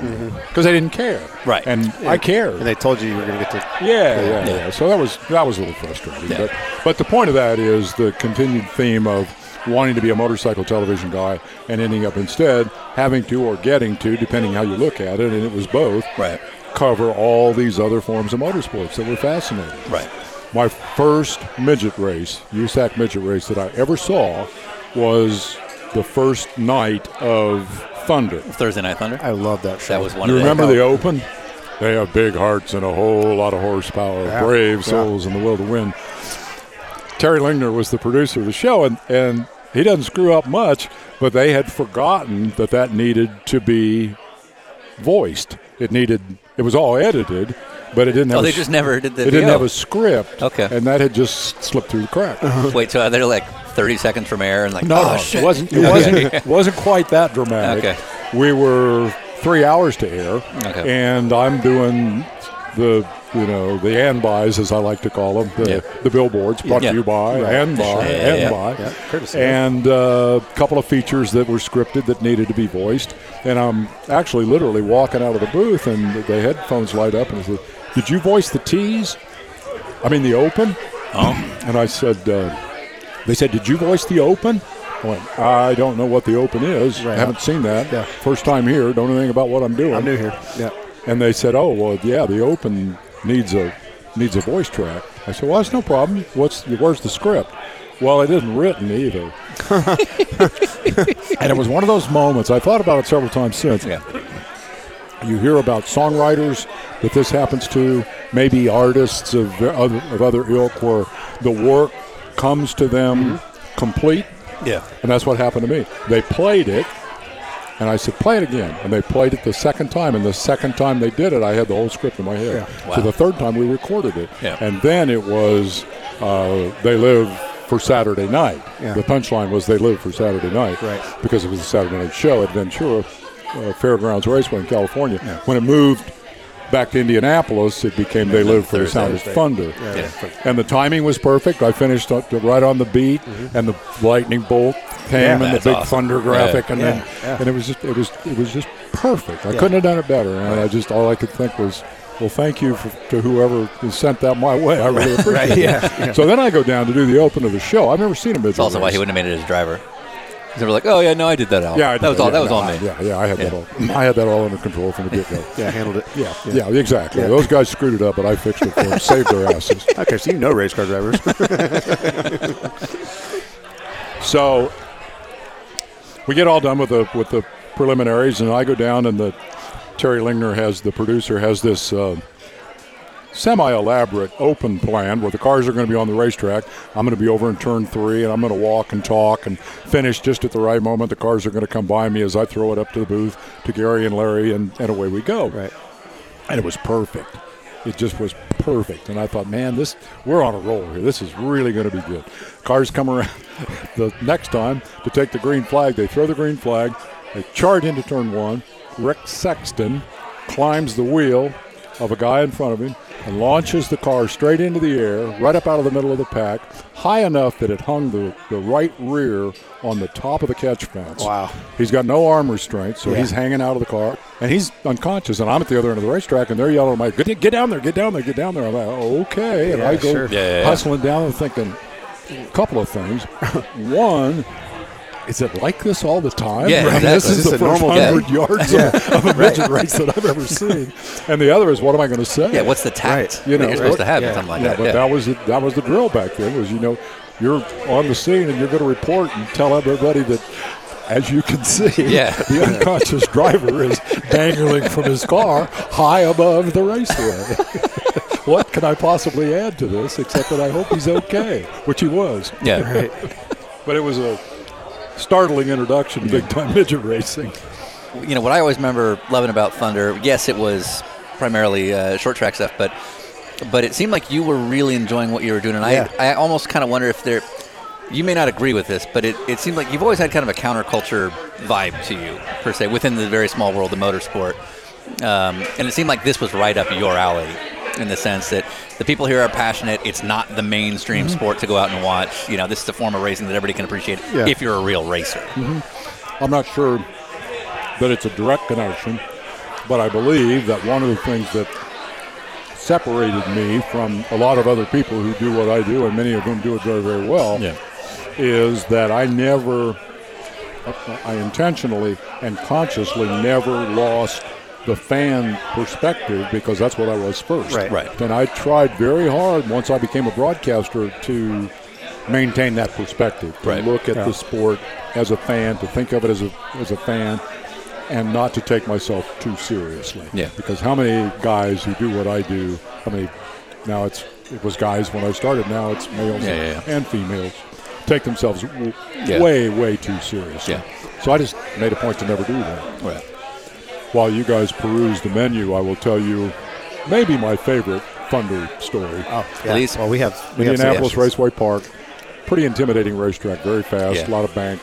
because they didn't care. Right. and I cared. Mm-hmm. And they told you you were going to get to. Yeah, yeah, Yeah. yeah, So that was that was a little frustrating. Yeah. But but the point of that is the continued theme of wanting to be a motorcycle television guy and ending up instead having to or getting to, depending how you look at it, and it was both. Right. Cover all these other forms of motorsports that were fascinating. right. My first midget race, USAC midget race that I ever saw, was the first night of Thunder. Thursday Night Thunder. I love that show. that was one You of remember the. the Open? They have big hearts and a whole lot of horsepower, brave souls, and the will to win. Terry Lingner was the producer of the show, and, and he doesn't screw up much, but they had forgotten that that needed to be voiced. It needed, it was all edited, but it didn't have. Oh, a they s- just never did the. It didn't VO. have a script. Okay. And that had just slipped through the crack. Wait, so they're like 30 seconds from air and like, No, oh, it shit. wasn't. It wasn't. it wasn't quite that dramatic. Okay. We were three hours to air, Okay. and I'm doing the you know the and buys as I like to call them the, Yeah. the billboards brought Yeah. to you by and by Yeah, and yeah. by Yeah, courtesy. and uh, a couple of features that were scripted that needed to be voiced and I'm actually literally walking out of the booth and the, the headphones light up and I said did you voice the tease I mean the open Oh, and I said, uh, they said, did you voice the open? I went, I don't know what the open is. I Right. haven't seen that. Yeah. First time here. Don't know anything about what I'm doing. I'm new here. Yeah. And they said, oh, well, yeah, the open needs a needs a voice track. I said, well, that's no problem. What's Where's the script? Well, it isn't written either. and it was one of those moments. I thought about it several times since yeah. you hear about songwriters that this happens to, maybe artists of other, of other ilk where the work comes to them complete, Yeah. and that's what happened to me. They played it, and I said, play it again. And they played it the second time, and the second time they did it, I had the whole script in my head. Wow. So the third time we recorded it. Yeah. And then it was uh, They Live for Saturday Night. Yeah. The punchline was They Live for Saturday Night Right. because it was a Saturday night show at Ventura uh, Fairgrounds Raceway in California. When it moved back to Indianapolis, it became They Live for the Sound of Thunder. Yeah. And the timing was perfect. I finished up to- right on the beat, Mm-hmm. and the lightning bolt came, and the That's big awesome. thunder graphic, and Yeah, then yeah. and it was just it was it was just perfect. I couldn't have done it better. And I just all I could think was. Well, thank you for, to whoever who sent that my way. I really appreciate it. So then I go down to do the open of the show. I've never seen a midget. That's also why he race. wouldn't have made it as driver. He's never like, oh, yeah, no, I did that all. Yeah, I that was did. all. Yeah, that was no, all I- me. Yeah, yeah, I had that all. I had that all under control from the get go. Yeah, handled it. Yeah, yeah, exactly. Those guys screwed it up, but I fixed it for them. Saved their asses. Okay, so you know race car drivers. So we get all done with the with the preliminaries, and I go down, and the Terry Lingner has the producer has this. Uh, Semi-elaborate open plan where the cars are going to be on the racetrack. I'm going to be over in turn three, and I'm going to walk and talk and finish just at the right moment. The cars are going to come by me as I throw it up to the booth to Gary and Larry, and, and away we go. right. and it was perfect. It just was perfect, and I thought, man, this we're on a roll here. This is really going to be good. Cars come around the next time to take the green flag. They throw the green flag. They charge into turn one. Rick Sexton climbs the wheel of a guy in front of him, and launches the car straight into the air, right up out of the middle of the pack, high enough that it hung the, the right rear on the top of the catch fence. Wow. He's got no arm restraint, so Yeah. he's hanging out of the car, and he's unconscious. And I'm at the other end of the racetrack, and they're yelling at me, get, get down there, get down there, get down there. I'm like, okay. And Yeah, I go sure. Yeah, yeah, yeah. hustling down and thinking, a couple of things. One, is it like this all the time? Yeah, I mean, exactly. This is, Is this the a first normal day? 100 yards of, of a midget race that I've ever seen. And the other is, what am I going to say? Yeah, what's the tact You know, that you're supposed what- to have yeah. in something like yeah, that? but yeah. that was the, that was the drill back then. Was you know, you're on the scene and you're going to report and tell everybody that, as you can see, Yeah. the unconscious driver is dangling from his car high above the raceway. what can I possibly add to this except that I hope he's okay, which he was. yeah. But it was a startling introduction to big time midget racing. you know what I always remember loving about Thunder. Yes, it was primarily uh, short track stuff, but but it seemed like you were really enjoying what you were doing, and Yeah. I I almost kind of wonder if there. You may not agree with this, but it, it seemed like you've always had kind of a counterculture vibe to you, per se, within the very small world of motorsport. Um, and it seemed like this was right up your alley in the sense that the people here are passionate. It's not the mainstream sport to go out and watch. You know, this is a form of racing that everybody can appreciate Yeah. if you're a real racer. I'm not sure that it's a direct connection, but I believe that one of the things that separated me from a lot of other people who do what I do, and many of whom do it very, very well, is that I never, I intentionally and consciously never lost the fan perspective because that's what I was first. Right. Right. And I tried very hard once I became a broadcaster to maintain that perspective, to Right. look at Yeah. the sport as a fan, to think of it as a, as a fan, and not to take myself too seriously. Yeah. Because how many guys who do what I do, how many, now it's, it was guys when I started, now it's males Yeah, yeah, yeah. and females, take themselves w- Yeah. way, way too seriously. Yeah. So I just made a point to never do that. Right. While you guys peruse the menu, I will tell you maybe my favorite Thunder story. Oh, yeah. Please. Well, we have we have some Indianapolis issues. Raceway Park. Pretty intimidating racetrack, very fast, Yeah. a lot of bank,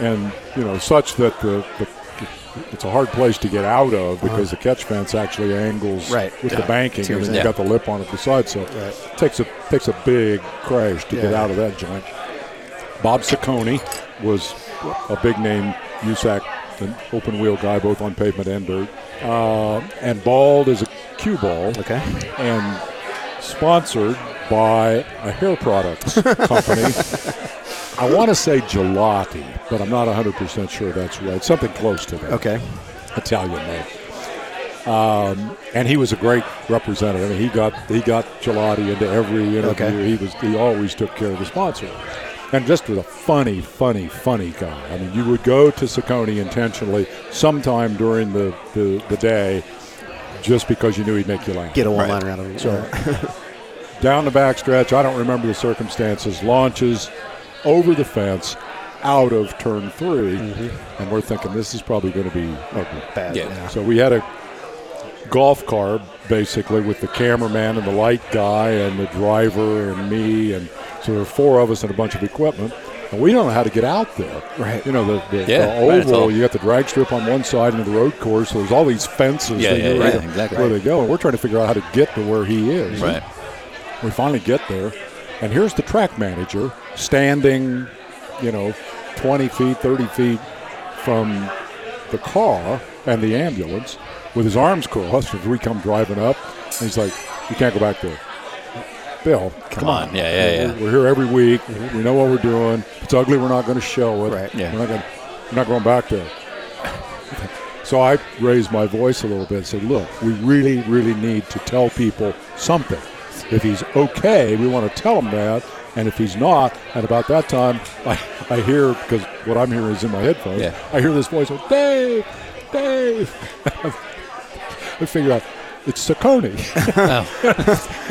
and you know such that the, the it's a hard place to get out of because the catch fence actually angles Uh-huh. Right. with Yeah. the banking, and Tears then it. you got the lip on it beside. So it takes a takes a big crash to get Yeah. out of that joint. Bob Ciccone was a big name USAC, an open wheel guy, both on pavement and dirt, uh, and bald as a cue ball Okay. and sponsored by a hair products company. I want to say Gelati, but I'm not 100% sure that's right. Something close to that. Okay. Italian name. Um, and he was a great representative. I mean, he got he got Gelati into every interview. Okay. He was he always took care of the sponsor, and just was a funny, funny, funny guy. I mean, you would go to Saccone intentionally sometime during the, the, the day, just because you knew he'd make you laugh. Get a one liner out of it. So down the backstretch, I don't remember the circumstances, launches over the fence out of turn 3 and we're thinking this is probably going to be ugly. Mm-hmm. Bad. Yeah. So we had a golf car basically with the cameraman and the light guy and the driver and me and so there were four of us and a bunch of equipment. And we don't know how to get out there. Right. You know, the, the, the Yeah, right, it's oval, all- you got the drag strip on one side and the road course. So there's all these fences Yeah, that yeah, you yeah, don't know exactly. where they go. And we're trying to figure out how to get to where he is. Right. We finally get there, and here's the track manager standing, you know, 20 feet, 30 feet from the car and the ambulance with his arms crossed as we come driving up. And he's like, You can't go back there. Bill, come, on. Yeah, yeah, We're- yeah. We're here every week. We know what we're doing. If it's ugly, we're not going to show it. Right. Yeah. We're, not gonna, we're not going back there. So I raised my voice a little bit and said, look, we really, really need to tell people something. If he's okay, we want to tell him that. And if he's not, and about that time, I, I hear, because what I'm hearing is in my headphones, Yeah. I hear this voice, oh, Dave, Dave. I figure out it's Saccone.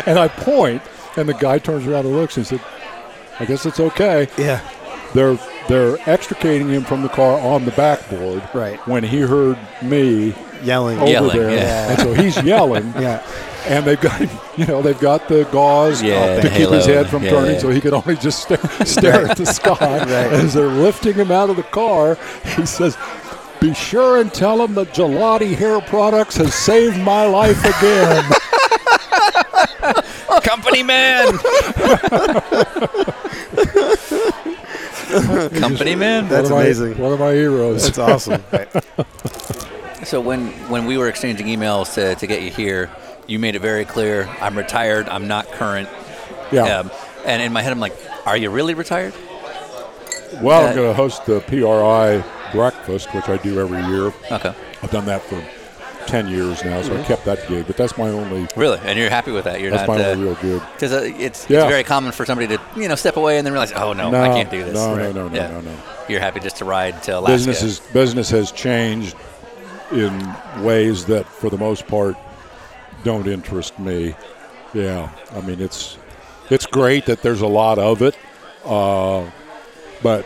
and I point, and the guy turns around and looks and said, I guess it's okay Yeah. they're they're extricating him from the car on the backboard. Right. When he heard me Yelling. over Yeah. Yelling, there, yeah. and so he's yelling. Yeah. And they've got you know they've got the gauze Yeah, to the keep his halo. head from Yeah, turning, yeah. so he could only just stare, stare at the sky. As they're lifting him out of the car, he says. Be sure and tell him that Gelati Hair Products has saved my life again. Company man. Company man. That's one amazing. Of my, one of my heroes. That's awesome. So when when we were exchanging emails to, to get you here, you made it very clear. I'm retired. I'm not current. Yeah. Um, and in my head, I'm like, Are you really retired? well, uh, I'm going to host the PRI breakfast, which I do every year. Okay. I've done that for 10 years now, Mm-hmm. so I kept that gig, but that's my only. Really? And you're happy with that? You're That's not. my uh, only real gig. Because uh, it's, Yeah. it's very common for somebody to you know step away and then realize, oh no, I No, can't do this. no, no, no, no, no, no. You're happy just to ride to Alaska. business is business has changed in ways that for the most part don't interest me yeah i mean it's it's great that there's a lot of it uh, but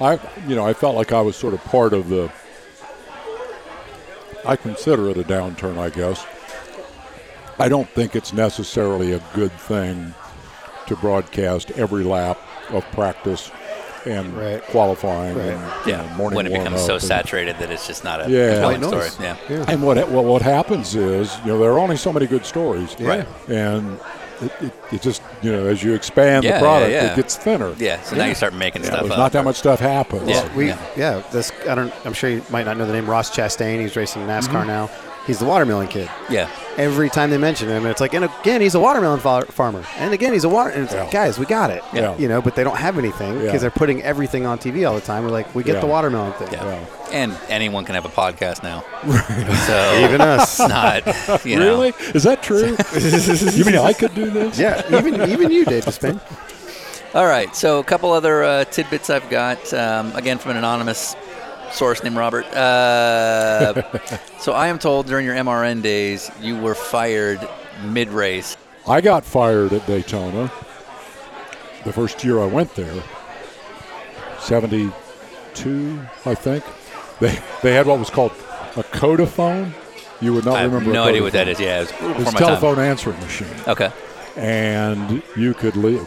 i you know i felt like i was sort of part of the i consider it a downturn i guess i don't think it's necessarily a good thing to broadcast every lap of practice and Right. qualifying Right. and you yeah. know, morning when it becomes warm-up so and- saturated that it's just not a Yeah. compelling White story. noise. Yeah. Yeah. And what what what happens is, you know, there are only so many good stories, Right. And it, it, it just, you know, as you expand Yeah, yeah, the product, yeah. it gets thinner. Yeah. So now you start making Yeah, stuff there's up. not that much stuff happens. Yeah. We yeah. this I don't I'm sure you might not know the name Ross Chastain. He's racing NASCAR now. He's the watermelon kid. yeah. Every time they mention him, it's like, and again, he's a watermelon fa- farmer, and again, he's a water. And it's like, guys, we got it. Yeah. You know, but they don't have anything because Yeah. they're putting everything on TV all the time. We're like, we get Yeah. the watermelon thing. Yeah. Yeah. And anyone can have a podcast now. So Even us. it's not. You know, Really? Is that true? you mean I could do this? yeah. Even even you, Dave Despain. All right, so a couple other uh, tidbits I've got, um, again from an anonymous source named Robert. Uh, so I am told during your MRN days you were fired mid race. I got fired at Daytona the first year I went there, 72, I think. They, they had what was called a codaphone. You would not I have remember. a no idea what codaphone. that is. Yeah, it was It's before a my telephone answering machine. time. Okay. and you could leave.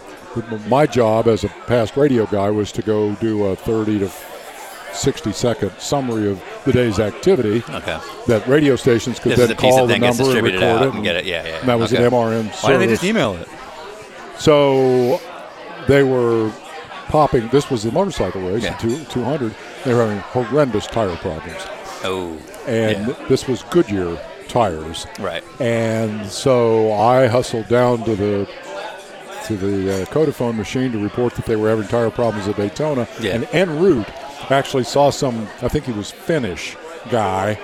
My job as a past radio guy was to go do a 30 to 60 second summary of the day's activity Okay. that radio stations could This is then the piece call that then the gets number and distributed out record it. and get it. Yeah, yeah. and that was okay. an MRM service. Why do they just email it? So they were popping. This was the motorcycle race, Yeah. two, 200. They were having horrendous tire problems, Oh. and yeah. this was Goodyear tires. Right. And so I hustled down to the to the uh, Codaphone machine to report that they were having tire problems at Daytona. Yeah. And en route, I actually saw some. I think he was Finnish guy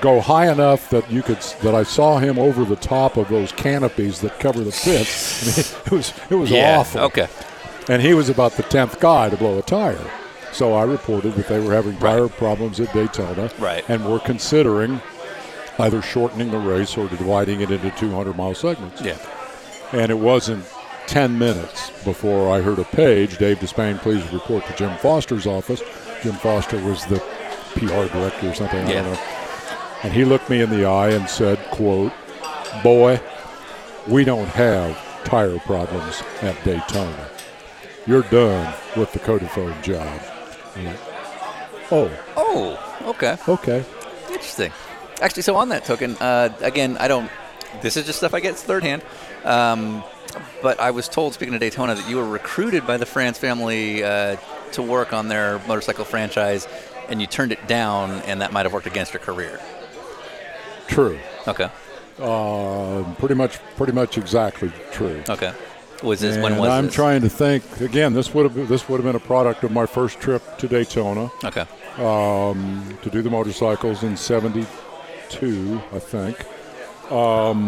go high enough that you could s- that I saw him over the top of those canopies that cover the pits. it was it was Yeah. awful. Okay. And he was about the tenth guy to blow a tire. So I reported that they were having tire Right. problems at Daytona, Right. and were considering either shortening the race or dividing it into 200 mile segments. Yeah. And it wasn't 10 minutes before I heard a page Dave Despain, please report to Jim Foster's office. Jim Foster was the PR director or something, I Yeah. don't know. And he looked me in the eye and said, quote, Boy, we don't have tire problems at Daytona. You're done with the Codaphone job. I'm like, oh, Oh. Okay. okay. Interesting. Actually, so on that token, uh, again, I don't. This is just stuff I get third hand. Um, but I was told, speaking of Daytona, that you were recruited by the France family uh, to work on their motorcycle franchise, and you turned it down, and that might have worked against your career. True. Okay. Um, pretty much, pretty much exactly true. Okay. Was this and when was I'm this? trying to think again. This would have this would have been a product of my first trip to Daytona Okay. um, to do the motorcycles in '72, I think. Um,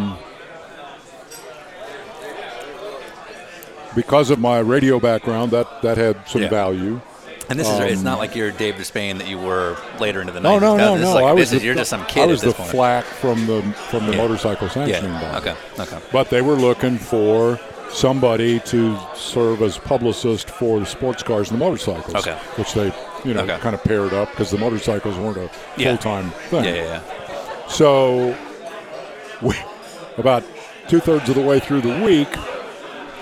because of my radio background, that that had some Yeah. value. And this is—it's not like you're Dave Despain that you were later into the 90s. Um, No, no, no, this no. Is like, I this was is- the, you're just some kid I was at this the point. flack from the from the Yeah. motorcycle sanctioning Yeah. body. Okay. Okay. But they were looking for somebody to serve as publicist for the sports cars and the motorcycles, Okay. which they, you know, Okay. kind of paired up because the motorcycles weren't a Yeah. full-time thing. Yeah. Yeah. yeah. So, we, about two-thirds of the way through the week,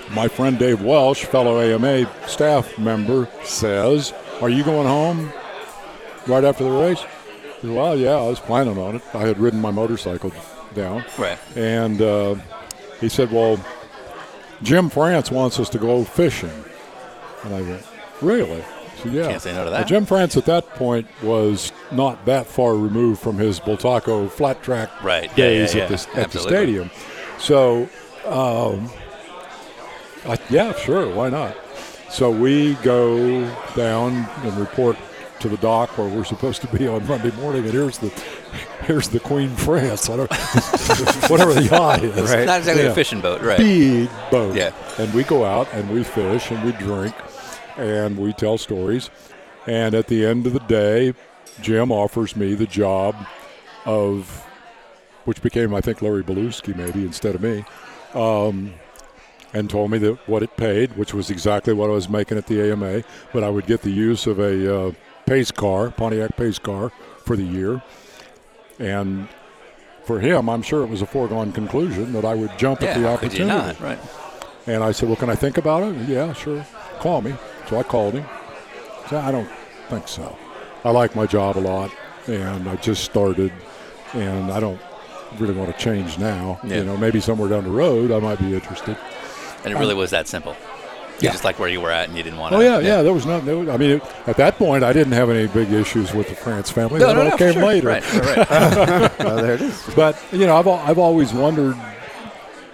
my friend Dave Welsh, fellow AMA staff member, says, "Are you going home right after the race?" I said, well, yeah, I was planning on it. I had ridden my motorcycle down. Right. And uh, he said, Well, Jim France wants us to go fishing. And I went, really? So, yeah. Can't say no to Well, that. Jim France at that point was not that far removed from his Boltaco flat track Right. Yeah, yeah, days yeah. at, the, at the Absolutely. stadium. So, um, I, yeah, sure, why not? So we go down and report to the dock where we're supposed to be on Monday morning, and here's the here's the Queen France, I don't, whatever the yacht is. It's not exactly a fishing boat, right. Big boat. Yeah. And we go out and we fish and we drink and we tell stories. And at the end of the day, Jim offers me the job of, which became, I think, Larry Belusky maybe instead of me, um, and told me that what it paid, which was exactly what I was making at the AMA, but I would get the use of a uh, pace car, Pontiac pace car, for the year. And for him, I'm sure it was a foregone conclusion that I would jump at Yeah, the how could opportunity. you not? Right. And I said, Well, can I think about it? Yeah, sure. Call me. So I called him. He said, I don't think so. I like my job a lot, and I just started, and I don't really want to change now. Yeah. You know, maybe somewhere down the road I might be interested. And it really was that simple. You just like where you were at and you didn't want to. Um, Oh yeah, yeah. There was no. There was, I mean, it, at that point, I didn't have any big issues with the France family. No, that no, all no, for came sure. later. Right, right. Well, Oh, there it is. But you know, I've al- I've always wondered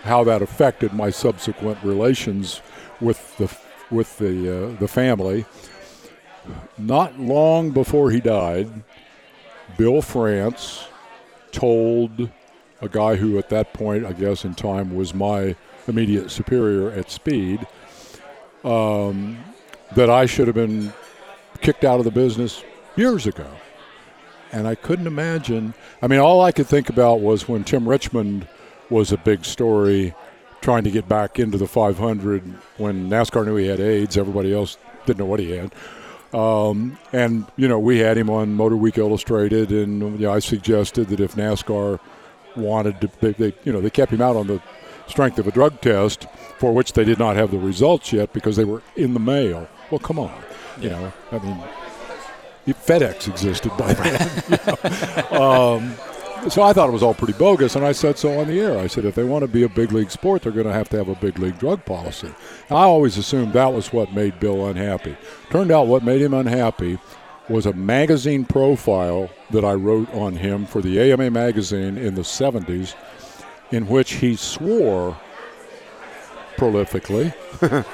how that affected my subsequent relations with the with the uh, the family. Not long before he died, Bill France told a guy who, at that point, I guess in time, was my immediate superior at Speed, um, that I should have been kicked out of the business years ago. And I couldn't imagine. I mean, all I could think about was when Tim Richmond was a big story trying to get back into the 500 when NASCAR knew he had AIDS. Everybody else didn't know what he had. Um, and, you know, we had him on Motor Week Illustrated, and you know, I suggested that if NASCAR wanted to, they, they, you know, they kept him out on the strength of a drug test for which they did not have the results yet because they were in the mail. Well, come on. You know, I mean, FedEx existed by then. you know. um, so I thought it was all pretty bogus, and I said so on the air. I said if they want to be a big league sport, they're going to have to have a big league drug policy. And I always assumed that was what made Bill unhappy. Turned out what made him unhappy was a magazine profile that I wrote on him for the AMA magazine in the 70s, in which he swore prolifically,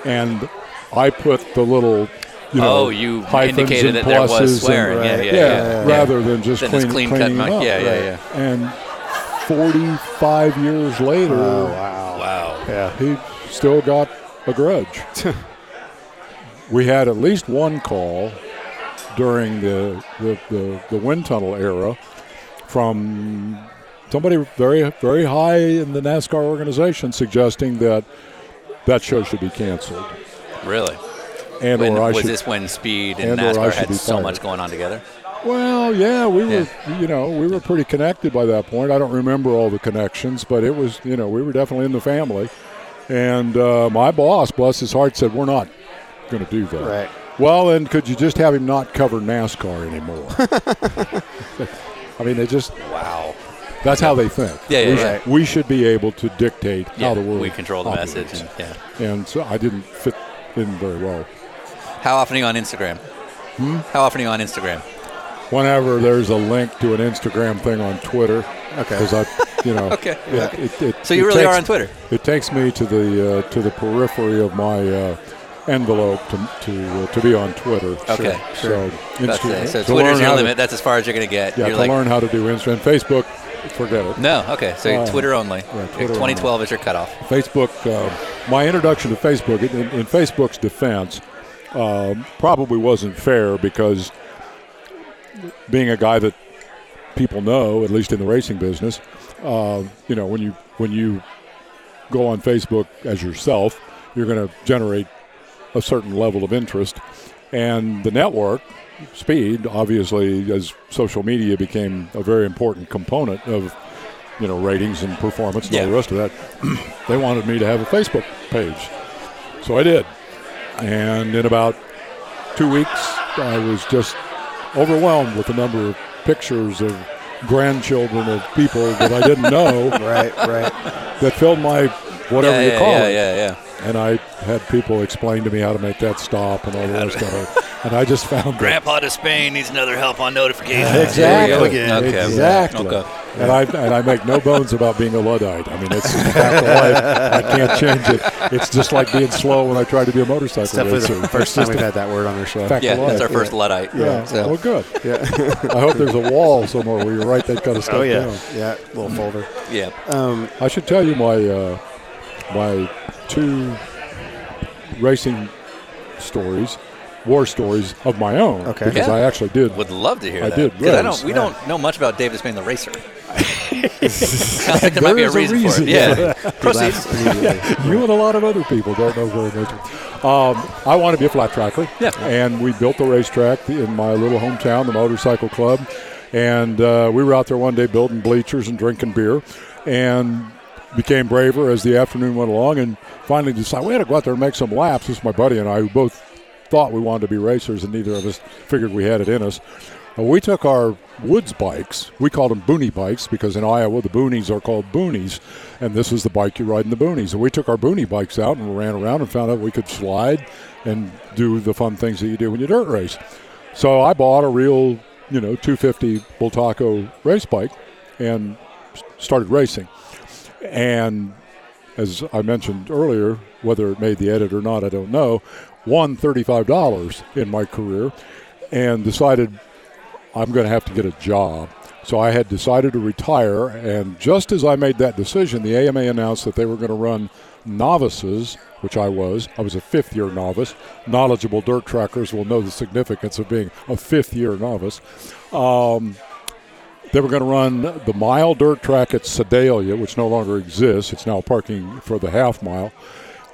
and I put the little. You know, Oh, you hyphens indicated and that there was pluses and- swearing. Yeah, yeah, yeah. rather Yeah. than just Then it's clean clean, cut, cleaning Mike. up. Yeah, yeah, right? yeah. And 45 years later, wow. Oh, Wow. Yeah. he still got a grudge. we had at least one call during the the, the the wind tunnel era from somebody very very high in the NASCAR organization suggesting that that show should be canceled. Really? And When- or I was should, this when Speed and, and or I NASCAR should had be so fired. much going on together? Well, yeah, we were, you know, we were pretty connected by that point. I don't remember all the connections, but it was, you know, we were definitely in the family. And uh, my boss, bless his heart, said, "We're not going to do that." Right. Well, then, could you just have him not cover NASCAR anymore? I mean, they just wow. That's how they think. Yeah, yeah, we, yeah. Should, we should be able to dictate Yeah, how the world. we control the operates. message and- yeah. And so I didn't fit in very well. How often are you on Instagram? Hmm? How often are you on Instagram? whenever there's a link to an Instagram thing on Twitter. Okay. Because I, you know. Okay, yeah, okay. It, it, So you it really takes- are on Twitter? It takes me to the uh, to the periphery of my uh, envelope to to, uh, to be on Twitter. Okay, So, That's Insta- it. So Twitter's to learn your how to- limit. That's as far as you're going to get. Yeah, you're to learn how to do Instagram. And Facebook, forget it. No, okay. So Uh, Twitter only. yeah, Twitter 2012 is your cutoff. Facebook, uh, my introduction to Facebook, in, in Facebook's defense, um, probably wasn't fair because being a guy that people know, at least in the racing business, uh, you know, when you when you go on Facebook as yourself, you're going to generate a certain level of interest, and the network speed, obviously, as social media became a very important component of you know ratings and performance and all the rest of that. they wanted me to have a Facebook page, so I did, and in about two weeks, I was just overwhelmed with the number of pictures of grandchildren of people that I didn't know. Right, right. That filled my whatever Yeah, you yeah, call yeah, it. yeah, yeah. And I had people explain to me how to make that stop and all the rest of it. And I just found that Grandpa to Spain needs another help on notifications. Exactly. There we go. Okay. Exactly. Okay. And I and I make no bones about being a luddite. I mean, it's a fact of life. I can't change it. It's just like being slow when I try to be a motorcycle It's definitely racer. the first It's time just we've a had that word on our show. fact Yeah, of life. that's our first luddite. Yeah. So- Well, good. Yeah. I hope there's a wall somewhere where you write that kind of stuff Oh yeah, down. yeah, little folder. Yeah. Um, I should tell you my uh, my two racing stories, war stories of my own. Okay. Because Yeah. I actually did. Would love to hear I that. did 'Cause I race, don't. We yeah. don't know much about Davis being the racer. Sounds like there might be a There is reason, a for it. Yeah. Proceed. You and a lot of other people don't know very much. Um, I want to be a flat tracker. Yeah. And we built the racetrack in my little hometown, the motorcycle club. And uh, we were out there one day building bleachers and drinking beer and became braver as the afternoon went along and finally decided we had to go out there and make some laps. This is my buddy and I who both thought we wanted to be racers and neither of us figured we had it in us. Uh, We took our woods bikes. We called them boonie bikes because in Iowa the boonies are called boonies, and this is the bike you ride in the boonies. And we took our boonie bikes out and ran around and found out we could slide and do the fun things that you do when you dirt race. So I bought a real, you know, 250 Bull Taco race bike and s- started racing. And as I mentioned earlier, whether it made the edit or not, I don't know, won $35 in my career and decided I'm going to have to get a job. So I had decided to retire. And just as I made that decision, the AMA announced that they were going to run novices, which I was. I was a fifth year novice. Knowledgeable dirt trackers will know the significance of being a fifth year novice. Um, they were going to run the mile dirt track at Sedalia, which no longer exists. It's now parking for the half mile.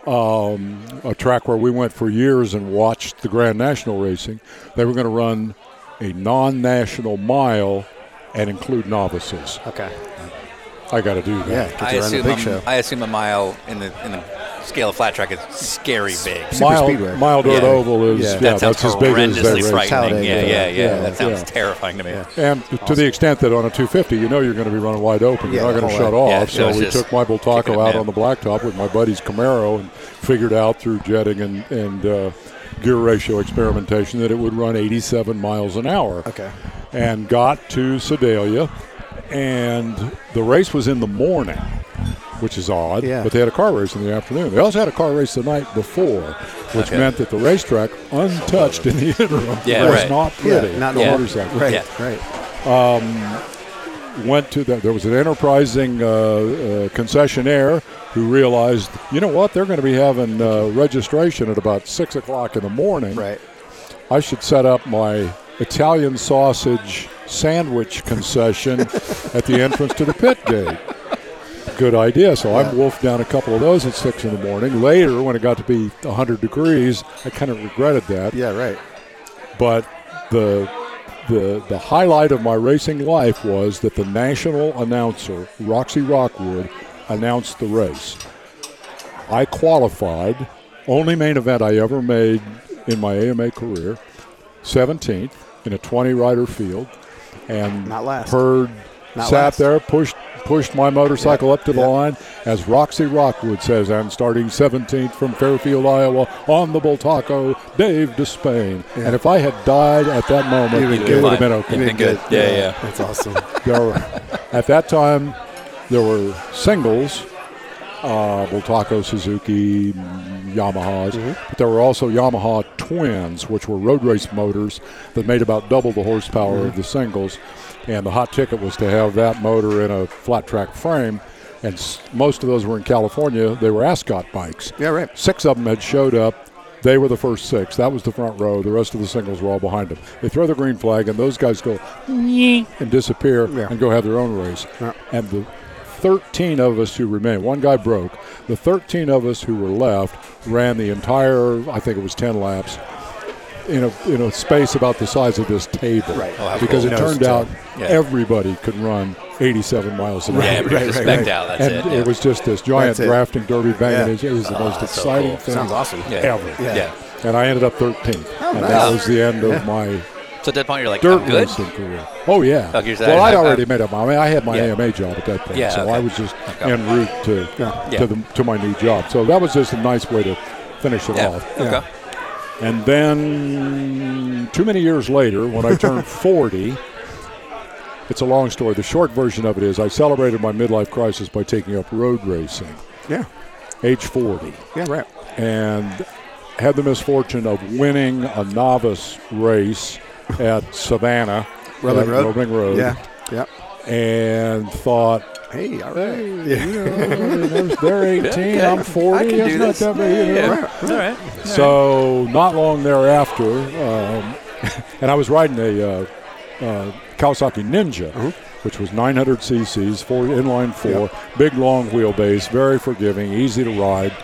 Um, a track where we went for years and watched the Grand National racing. They were going to run a non national mile and include novices. Okay. I got to do Yeah. that. Get I to run the assume. big a- show. I assume a mile in the in the scale of flat track is scary big. Super Mile, speedway. mile dirt Yeah. oval is, Yeah. yeah, That That sounds that's as big as that horrendously race. frightening. Yeah, Talladega. yeah, yeah, Yeah, That sounds yeah. terrifying to me. Yeah. And to the extent that on a 250, you know you're going to be running wide open. Yeah, You're not the going to whole shut way. off. Yeah, so so it's we just took my Bull kicking Taco it out in. on the blacktop with my buddy's Camaro and figured out through jetting and, and uh, gear ratio experimentation that it would run 87 miles an hour. Okay. And got to Sedalia, and the race was in the morning. Which is odd, Yeah. but they had a car race in the afternoon. They also had a car race the night before, which Okay. meant that the racetrack, untouched in the interim, Yeah, was right. not Yeah, pretty. not the Yeah. motorcycle Right. Yeah. Right. went to the, there was an enterprising uh, uh, concessionaire who realized, you know what, they're going to be having uh, registration at about six o'clock in the morning. Right. I should set up my Italian sausage sandwich concession at the entrance to the pit gate. Good idea. So I wolfed down a couple of those at six in the morning. Later, when it got to be 100 degrees, I kind of regretted that Yeah. Right. but the the the highlight of my racing life was that the national announcer Roxy Rockwood announced the race. I qualified, only main event I ever made in my AMA career, 17th in a 20 rider field, and Not last. heard Not sat last. there pushed pushed my motorcycle Yep, up to the yep. line as Roxy Rockwood says, "I'm starting 17th from Fairfield, Iowa, on the Bull Taco, Dave Despain." And if I had died at that moment, You'd it been would have fine. been okay. You'd been good. Yeah, yeah. That's awesome. There were, at that time, there were singles, uh, Bultaco, Suzuki, Yamahas, Mm-hmm. but there were also Yamaha twins, which were road race motors that made about double the horsepower Mm-hmm. of the singles. And the hot ticket was to have that motor in a flat track frame. And s- most of those were in California. They were Ascot bikes. Yeah, right. Six of them had showed up. They were the first six. That was the front row. The rest of the singles were all behind them. They throw the green flag, and those guys go and disappear Yeah. and go have their own race. Yeah. And the 13 of us who remained, one guy broke. The 13 of us who were left ran the entire, I think it was 10 laps, in a in a space about the size of this table. Right. Oh, how because cool. Nose it turned to- out yeah. everybody could run 87 miles an hour. Yeah, everybody was specked out, that's and it, yeah. was just this giant That's it. drafting derby bang. Yeah. It was the most so exciting cool. thing Sounds awesome. Yeah. ever. Yeah. Yeah. And I ended up 13th. and nice. that was the end of my So at that point, you're like, dirt I'm good. racing career. Oh yeah. Oh, you're saying well, I'd I'm- already I'm- made up my. I, mean, I had my Yeah. AMA job at that point, Yeah, so okay. I was just Okay. en route to Yeah. to the, to my new job. So that was just a nice way to finish it Yeah, off. okay. And then, too many years later, when I turned 40, it's a long story. The short version of it is I celebrated my midlife crisis by taking up road racing. Yeah. Age 40. Yeah, right. And had the misfortune of winning a novice race at Savannah. Rubbing at Road. Rubbing Road. Yeah. Yep. And thought, Hey, all right. hey, you know, they're- they're 18, I'm 40. can do It's not this. that big. you know, right. All right. So not long thereafter, um, and I was riding a uh, uh, Kawasaki Ninja, Mm-hmm. which was 900 cc's, four inline four, big long wheelbase, very forgiving, easy to ride.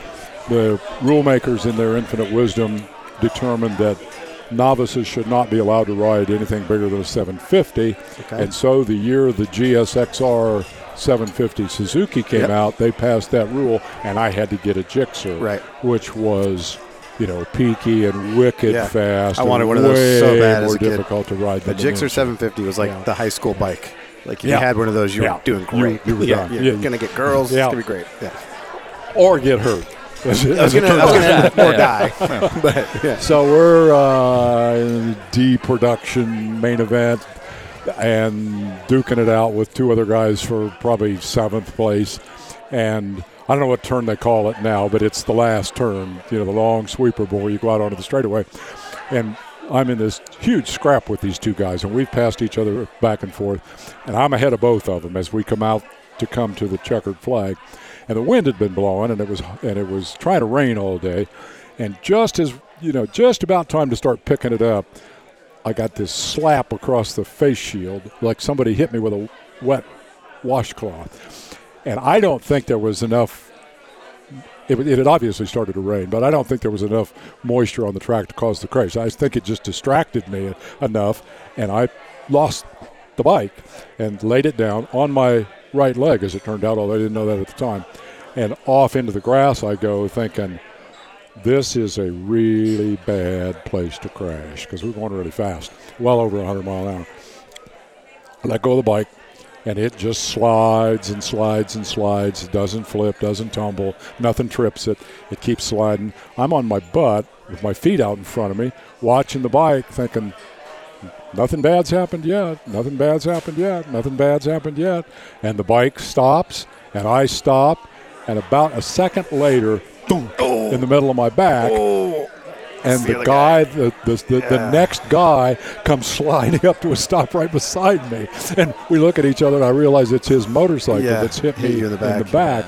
The rule makers, in their infinite wisdom, determined that novices should not be allowed to ride anything bigger than a 750. Okay. And so the year the GSXR 750 Suzuki came Yep. out, they passed that rule, and I had to get a Gixxer Right. which was, you know, peaky and wicked Yeah. fast. I wanted and one of those so way bad as more a kid. difficult to ride. The than the Gixxer Ninja. 750 was like Yeah. the high school bike. Like if Yeah. you had one of those, you Yeah. were doing You- great. you were yeah, done. yeah, Yeah. You're gonna get girls. Yeah. It's gonna be great. Yeah. or get hurt. As- I was as a gonna, I was kid. gonna end up- or die. So we're uh, in D production main event and duking it out with two other guys for probably seventh place. And I don't know what turn they call it now, but it's the last turn, you know, the long sweeper before you go out onto the straightaway. And I'm in this huge scrap with these two guys, and we've passed each other back and forth. And I'm ahead of both of them as we come out to come to the checkered flag. And the wind had been blowing, and it was and it was trying to rain all day. And just as you know, just about time to start picking it up, I got this slap across the face shield, like somebody hit me with a wet washcloth. And I don't think there was enough. It, wa- it had obviously started to rain, but I don't think there was enough moisture on the track to cause the crash. I think it just distracted me enough, and I lost the bike and laid it down on my right leg, as it turned out, although I didn't know that at the time. And off into the grass I go, thinking, this is a really bad place to crash because we're going really fast, well over 100 mile an hour. I let go of the bike, and it just slides and slides and slides. It doesn't flip, doesn't tumble, nothing trips it. It keeps sliding. I'm on my butt with my feet out in front of me, watching the bike, thinking, nothing bad's happened yet, nothing bad's happened yet, nothing bad's happened yet. And the bike stops, and I stop, and about a second later, boom, Oh. in the middle of my back, and the, guy, The, the, the, the next guy comes sliding up to a stop right beside me and we look at each other and i realize it's his motorcycle Yeah, that's hit hit me you in the back.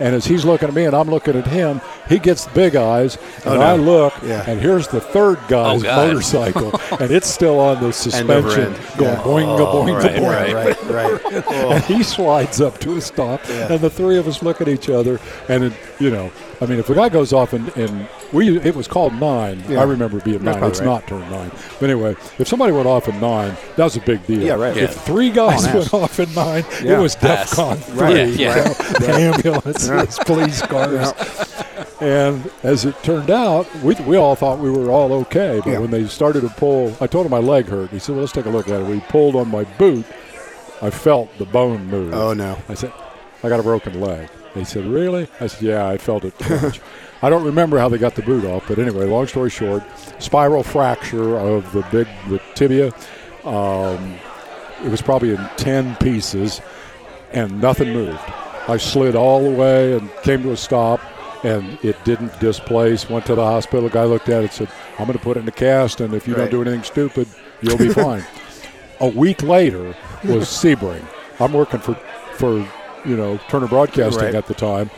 and as he's looking at me and i'm looking at him he gets the big eyes and Oh, no. i look Yeah. and here's the third guy's Oh, God. motorcycle and it's still on the over suspension end. going Yeah. Oh, boing boing boing Right, right, right. and he slides up to a stop, and the three of us look at each other, and it, you know, I mean, if a guy goes off and, and we, it was called nine. I remember it being nine. probably It's right. not turned nine. But anyway, if somebody went off in nine, that was a big deal. Yeah, right. If Yeah. three guys Oh, went off in nine, Yeah. it was Pass. DEFCON Right. three. Yeah, you yeah. know, ambulances, police cars. And as it turned out, we, we all thought we were all okay. But Yeah. when they started to pull, I told him my leg hurt. He said, "Well, let's take a look at it." We pulled on my boot. I felt the bone move. Oh no. I said, I got a broken leg. They said, Really? I said, Yeah, I felt it. twitch." I don't remember how they got the boot off, but anyway, long story short, spiral fracture of the big the tibia. Um, it was probably in 10 pieces, and nothing moved. I slid all the way and came to a stop, and it didn't displace. Went to the hospital. Guy looked at it, said, "I'm going to put it in a cast, and if you Right. don't do anything stupid, you'll be fine." a week later was Sebring. I'm working for for you know Turner Broadcasting Right. at the time,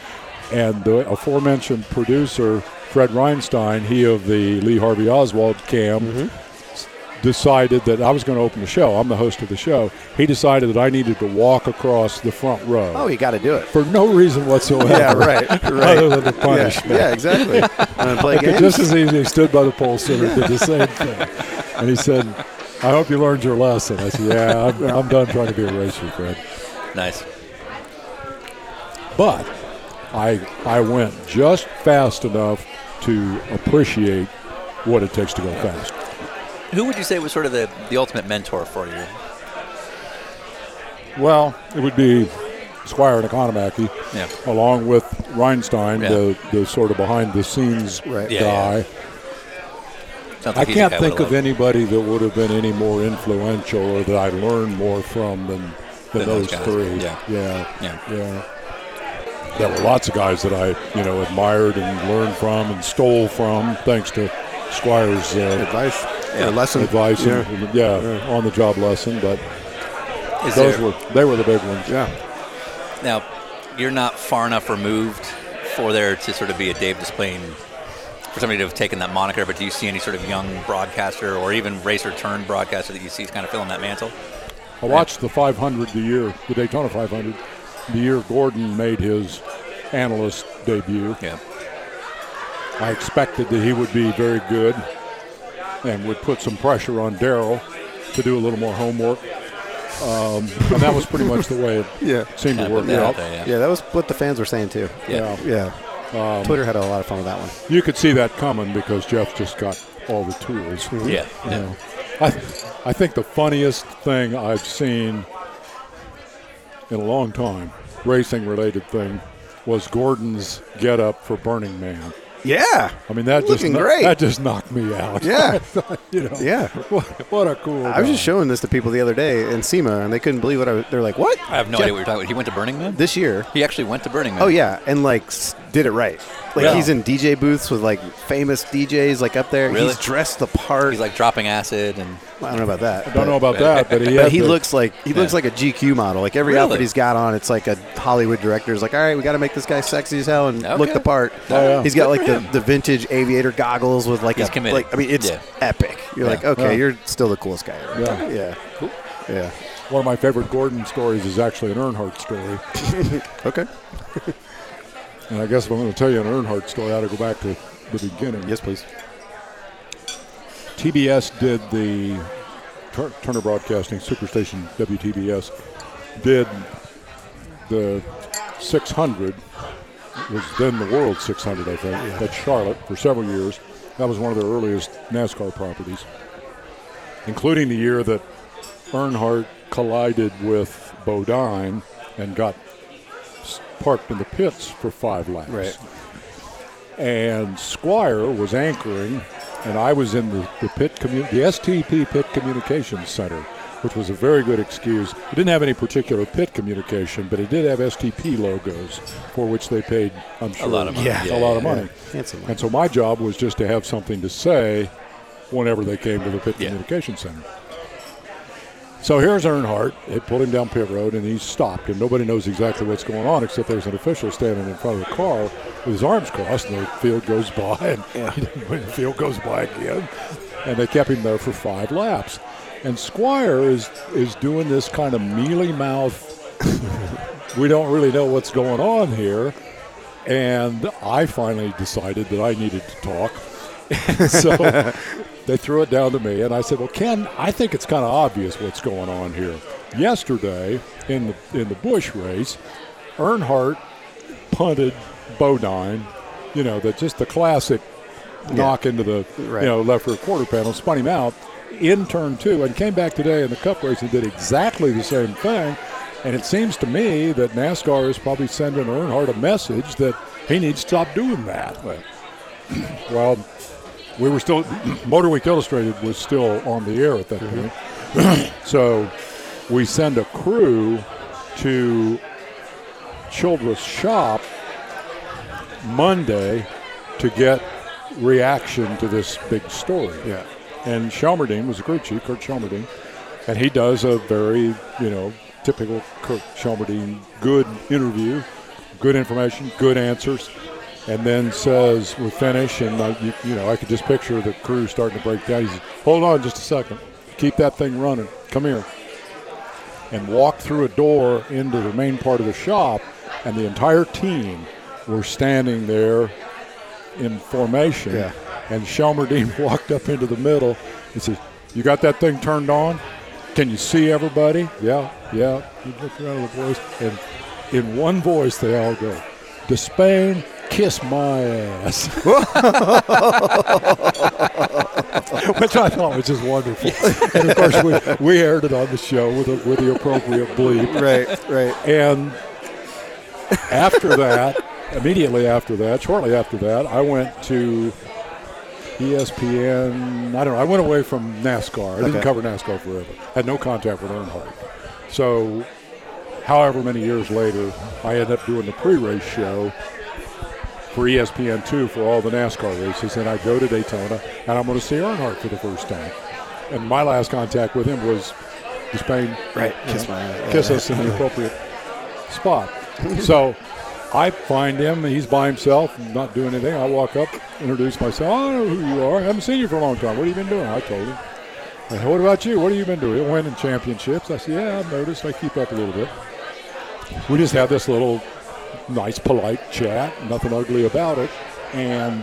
and the aforementioned producer Fred Reinstein, he of the Lee Harvey Oswald cam, Mm-hmm. s- decided that I was going to open the show. I'm the host of the show. He decided that I needed to walk across the front row Oh, you got to do it. for no reason whatsoever. Yeah, right, right. Other than the Yeah, punishment. yeah, exactly. Want to play I could games? just as easily stood by the pole sitter and did the same thing. And he said, I hope you learned your lesson. I said, Yeah, I'm, I'm done trying to be a racer, Fred. Nice. But I, I went just fast enough to appreciate what it takes to go fast. Who would you say was sort of the, the ultimate mentor for you? Well, it would be Squire and Economaki, Yeah. along with Reinstein, Yeah. the, the sort of behind the scenes Yeah, guy. yeah. Sounds I like he's a can't guy think with of a lot anybody that would have been any more influential or that I learned more from than, than, Than those those, guys, three. yeah. yeah. Yeah. yeah. There were lots of guys that I, you know, admired and learned from and stole from, thanks to Squire's uh, Advice. Yeah. lesson. advice, Yeah. and, yeah, on the job lesson. But Is those there- were they were the big ones. Yeah. Now, you're not far enough removed for there to sort of be a Dave Desplain for somebody to have taken that moniker. But do you see any sort of young broadcaster or even racer turned broadcaster that you see is kind of filling that mantle? I watched the 500 the year, the Daytona 500, the year Gordon made his analyst debut. Yeah, I expected that he would be very good and would put some pressure on Darrell to do a little more homework. Um, and that was pretty much the way it Yeah. seemed to Kinda put work that out out. there, yeah. Yeah, that was what the fans were saying too. Yeah. Yeah. Twitter had a lot of fun with that one. You could see that coming because Jeff just got all the tools. Mm-hmm. Yeah, You yeah. know. I, I think the funniest thing I've seen in a long time, racing related thing, was Gordon's get up for Burning Man. Yeah. I mean, that just Looking kno- great. that just knocked me out. Yeah. you know, Yeah. What, what a cool. I was just guy. showing this to people the other day in SEMA, and they couldn't believe what I was. They're like, "What?" I have no Jeff, idea what you're talking about. He went to Burning Man. This year, He actually went to Burning Man. Oh yeah, and like s- did it right. Like Yeah. he's in DJ booths with like famous DJs, like up there. Really? He's dressed the part. He's like dropping acid and I don't know about that. I don't know about that, but he, But had he the- looks like he looks Yeah. like a GQ model. Like every Really? outfit he's got on, it's like a Hollywood director's like, all right, we got to make this guy sexy as hell and Okay. look the part. Oh, yeah. He's got Good like for the, him. the vintage aviator goggles with like He's a committed. like I mean it's Yeah. epic. You're Yeah. like okay, Yeah. you're still the coolest guy. Ever. Yeah. yeah, yeah. One of my favorite Gordon stories is actually an Earnhardt story, Okay, and I guess if I'm going to tell you an Earnhardt story, I ought to go back to the beginning. yes, please. TBS did the Tur- Turner Broadcasting Superstation WTBS did the 600 was then the World 600 I think at Charlotte for several years. That was one of their earliest NASCAR properties, including the year that Earnhardt collided with Bodine and got s- parked in the pits for five laps Right. and Squire was anchoring, and I was in the, the pit commu- the STP pit communications center, which was a very good excuse. It didn't have any particular pit communication, but it did have STP logos for which they paid, I'm sure, lot of money. Yeah. a lot of Yeah. money. Fancy one. And so my job was just to have something to say whenever they came to the pit Yeah. communication center. So here's Earnhardt. They pulled him down pit road and he's stopped, and nobody knows exactly what's going on except there's an official standing in front of the car with his arms crossed, and the field goes by, and the field goes by again, and they kept him there for five laps. And Squire is is doing this kind of mealy mouth. we don't really know what's going on here, and I finally decided that I needed to talk. so they threw it down to me, and I said, "Well, Ken, I think it's kind of obvious what's going on here. Yesterday in the in the Bush race, Earnhardt punted Bodine. You know, that just the classic knock into the Right. you know left rear quarter panel, spun him out in turn two, and came back today in the Cup race and did exactly the same thing. And it seems to me that NASCAR is probably sending Earnhardt a message that he needs to stop doing that. Well, we were still Motor Week Illustrated was still on the air at that point. so we send a crew to Childress shop Monday to get reaction to this big story. Yeah. And Shelmerdine was a crew chief, Kurt Shelmerdine, and he does a very, you know, typical Kurt Shelmerdine good interview, good information, good answers, and then says, we finish, and I, you, you know, I could just picture the crew starting to break down. He says, hold on just a second. Keep that thing running. Come here and walked through a door into the main part of the shop, and the entire team were standing there in formation. Yeah. And Shelmerdine walked up into the middle and says, You got that thing turned on? Can you see everybody? Yeah, yeah. You look around at the boys, and in one voice they all go, Despain, kiss my ass. which I thought was just wonderful. and of course, we, we aired it on the show with, a, with the appropriate bleep. right, right. And after that, immediately after that, shortly after that, I went to E ESPN. I don't know. I went away from NASCAR. I didn't Okay. cover NASCAR forever. Had no contact with Earnhardt. So, however many years later, I ended up doing the pre-race show for E ESPN2 for all the NASCAR races, and I go to Daytona, and I'm going to see Earnhardt for the first time. And my last contact with him was the Spain Right, you kiss know, my eye. kiss Yeah. us in the appropriate spot. So I find him, he's by himself, not doing anything. I walk up, introduce myself. I don't know who you are. I haven't seen you for a long time. What have you been doing? I told him. I said, what about you? What have you been doing? Winning championships. I said, yeah, I've noticed. I keep up a little bit. We just have this little nice, polite chat, nothing ugly about it. And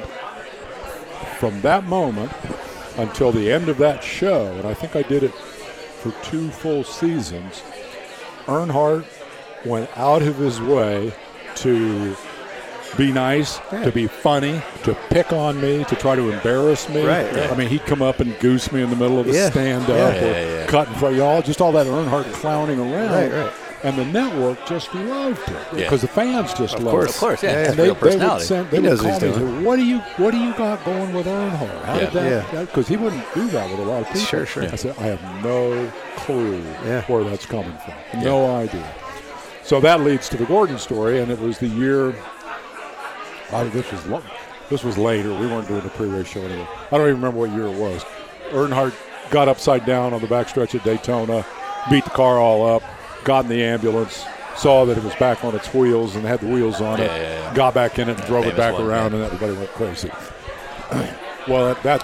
from that moment until the end of that show, and I think I did it for two full seasons, Earnhardt went out of his way to be nice, to be funny, to pick on me, to try to embarrass me. Right, right. I mean, he'd come up and goose me in the middle of a Yeah. stand up Yeah. or cut in front of y'all, just all that Earnhardt clowning around. Right, right. And the network just loved it Yeah. because the fans just loved course, it. of course, yeah. It's And they, real they would personality. send, they He would knows call what me he's and say, "What do you What do you got going with Earnhardt? How did Yeah. that? Because he wouldn't do that with a lot of people." Sure, sure. I said, "I have no clue Yeah. where that's coming from. No idea." So that leads to the Gordon story, and it was the year. I, this was lo- this was later. We weren't doing the pre-race show anyway. I don't even remember what year it was. Earnhardt got upside down on the backstretch at Daytona, beat the car all up, got in the ambulance, saw that it was back on its wheels and had the wheels on it, Yeah, yeah, yeah. got back in it and drove it Famous back one, around, yeah. and everybody went crazy. well, that, that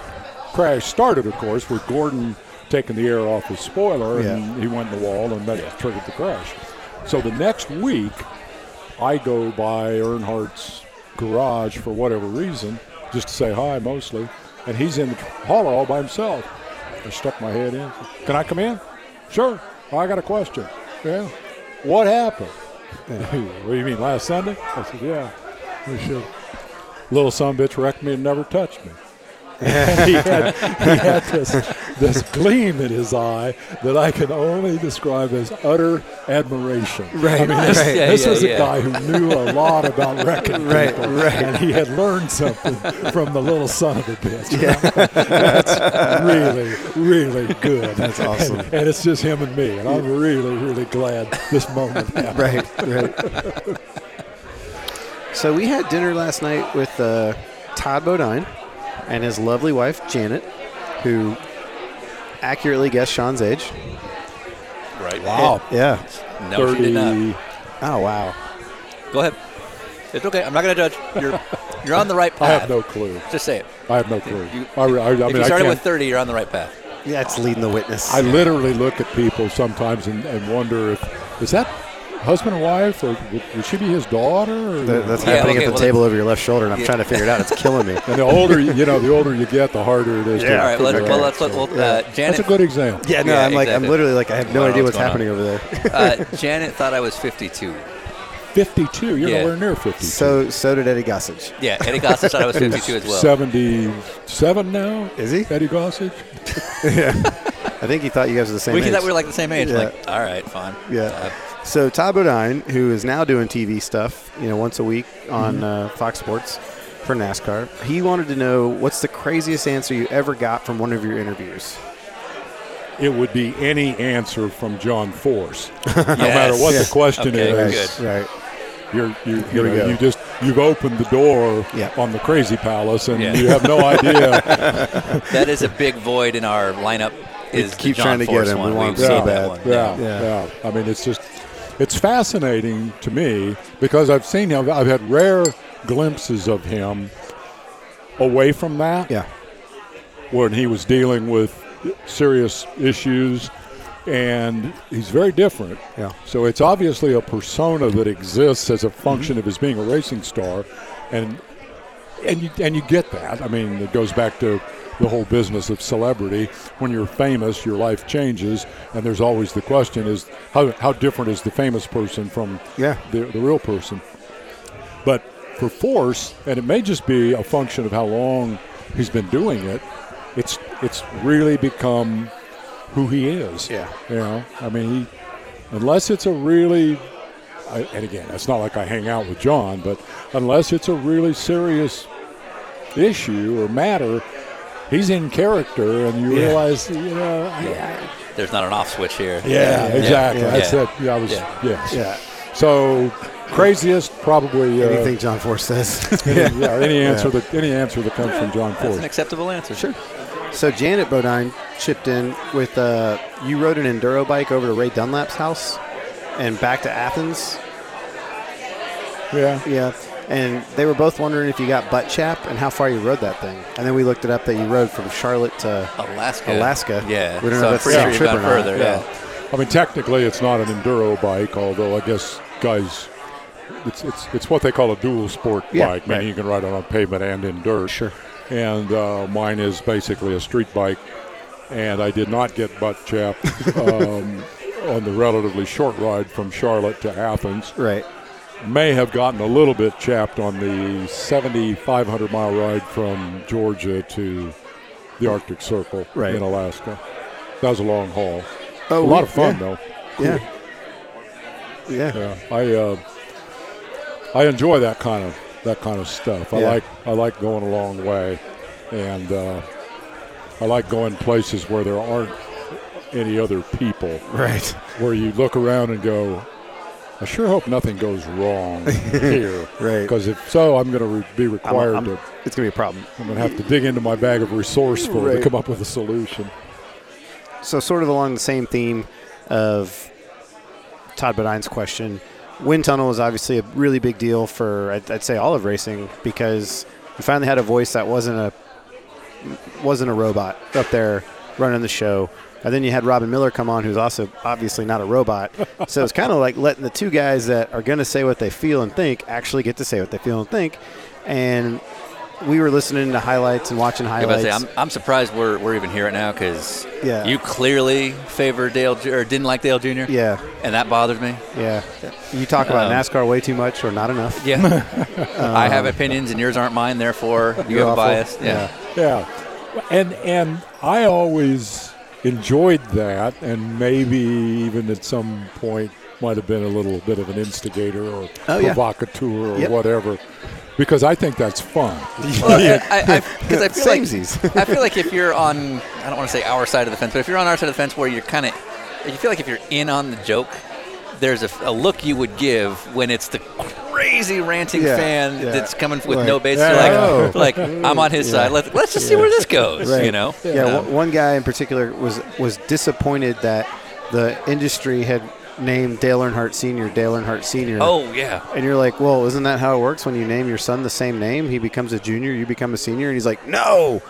crash started, of course, with Gordon taking the air off his spoiler, and he went in the wall, and that triggered the crash. So the next week, I go by Earnhardt's garage for whatever reason, just to say hi mostly, and he's in the hall all by himself. I stuck my head in. Can I come in? Sure. I got a question. Yeah. What happened? what do you mean, last Sunday? I said, yeah. We should. Little son bitch wrecked me and never touched me. And he had, he had this, this gleam in his eye that I can only describe as utter admiration. Right. I mean, this, right. Yeah, this yeah, was yeah. a guy who knew a lot about wrecking Right, people, right. and he had learned something from the little son of a bitch. That's really, really good. That's awesome. And, and it's just him and me, and I'm really, really glad this moment happened. Right, right. so we had dinner last night with uh, Todd Bodine and his lovely wife Janet, who accurately guessed Sean's age. Right. Wow. Yeah. No, she did not. Oh wow. Go ahead. It's okay. I'm not going to judge. You're you're on the right I path. have no clue. Just say it. I have no clue. You- I, re- I, I mean, If you I started can't- with 30, you're on the right path. Yeah, it's leading the witness. I literally look at people sometimes and, and wonder if is that husband and wife or would, would she be his daughter? Or, That- that's Yeah, happening okay, at the well, table over your left shoulder, and I'm Yeah. trying to figure it out. It's killing me. and the older you, you know, the older you get, the harder it is. to Yeah, All right. Let's, figure well, out. let's look. Well, Yeah. uh, That's a Janet, good example. Yeah, no, Yeah, I'm like, exactly. I'm literally like, I have no I don't know idea what's what's, going on. happening over there. uh, Janet thought I was 52. Fifty-two. You're Yeah. nowhere near fifty. so, so did Eddie Gossage. Yeah, Eddie Gossett thought I was 52 as well. Seventy-seven now. Is he? Eddie Gossage? I think he thought you guys were the same We age. thought we were like uh, the same age. Yeah. Like, all right, fine. Yeah. So Todd Bodine, who is now doing TV stuff, you know, once a week Mm-hmm. on uh, Fox Sports for NASCAR, he wanted to know what's the craziest answer you ever got from one of your interviews. It would be any answer from John Force, no no matter what the question Okay, is. good. Right. You're, you, you, Here we know, go. you just you've opened the door Yeah. on the crazy palace, and Yeah. you have no idea. That is a big void in our lineup. Is the keep John trying to get Force him. We One. want We've him so seen that bad. one. yeah, Yeah. yeah. I mean, it's just it's fascinating to me because I've seen him. I've had rare glimpses of him away from that. Yeah. when he was dealing with serious issues, and he's very different. Yeah. So it's obviously a persona that exists as a function of his being a racing star, and and you and you get that. I mean, it goes back to the whole business of celebrity. When you're famous, your life changes, and there's always the question: is how how different is the famous person from Yeah. the the real person? But for Force, and it may just be a function of how long he's been doing it, it's it's really become who he is. Yeah. You know, I mean, he, unless it's a really, I, and again, it's not like I hang out with John, but unless it's a really serious issue or matter, he's in character, and you realize, you know, I- There's not an off switch here. yeah, exactly. yeah. That's Yeah. it. Yeah, I was. Yeah. Yes. Yeah. So craziest probably uh, Anything John Force says. Any, yeah, any answer that any answer that comes from John That's an Ford. acceptable answer. Sure. so Janet Bodine chipped in with uh, you rode an enduro bike over to Ray Dunlap's house and back to Athens. Yeah. Yeah. And they were both wondering if you got butt chap and how far you rode that thing. And then we looked it up that you rode from Charlotte to Alaska. Alaska. Yeah. We don't so know I'm if that's pretty a sure you've trip gone or not. further. Yeah. yeah. I mean, technically, it's not an enduro bike, although I guess guys, it's it's it's what they call a dual sport Yeah, bike. Meaning right. you can ride it on pavement and in dirt. Sure. And uh, mine is basically a street bike, and I did not get butt chap um, on the relatively short ride from Charlotte to Athens. Right. may have gotten a little bit chapped on the 7,500 mile ride from Georgia to the Arctic Circle Right. in Alaska. That was a long haul. a Oh, we- lot of fun yeah. though. Yeah. Yeah. Yeah, I uh, I enjoy that kind of that kind of stuff. I Yeah. like I like going a long way, and uh, I like going places where there aren't any other people. Right. where you look around and go, I sure hope nothing goes wrong here. Right. Because if so, I'm going to re- be I'm- required I'm- to, it's going to be a problem. I'm going to have to dig into my bag of resourceful Right. to come up with a solution. So, sort of along the same theme of Todd Bodine's question, wind tunnel is obviously a really big deal for, I'd, I'd say, all of racing because we finally had a voice that wasn't a wasn't a robot up there running the show. And then you had Robin Miller come on, who's also obviously not a robot. so it's kind of like letting the two guys that are going to say what they feel and think actually get to say what they feel and think. And we were listening to highlights and watching I was about to highlights. say, I'm, I'm surprised we're, we're even here right now because Yeah. you clearly favor Dale Ju- or didn't like Dale Jr. yeah, And that bothers me. yeah. You talk about Um, NASCAR way too much or not enough. Yeah. I have opinions and yours aren't mine, therefore you have a awful. bias. Yeah. Yeah, and and I always enjoyed that, and maybe even at some point might have been a little bit of an instigator or Oh, yeah. provocateur or Yep. whatever, because I think that's fun. Well, I, I, 'cause I feel Samesies. like I feel like if you're on, I don't want to say our side of the fence, but if you're on our side of the fence where you're kind of, you feel like if you're in on the joke, there's a, a look you would give when it's the crazy ranting Yeah, fan yeah. that's coming with Like, no basis. oh. Like, like I'm on his side. Let, let's just see where this goes. You know. Yeah, Um, one- one guy in particular was was disappointed that the industry had named Dale Earnhardt Sr. Dale Earnhardt Sr. oh yeah. And you're like, well, isn't that how it works? When you name your son the same name, he becomes a junior, you become a senior. And he's like, no.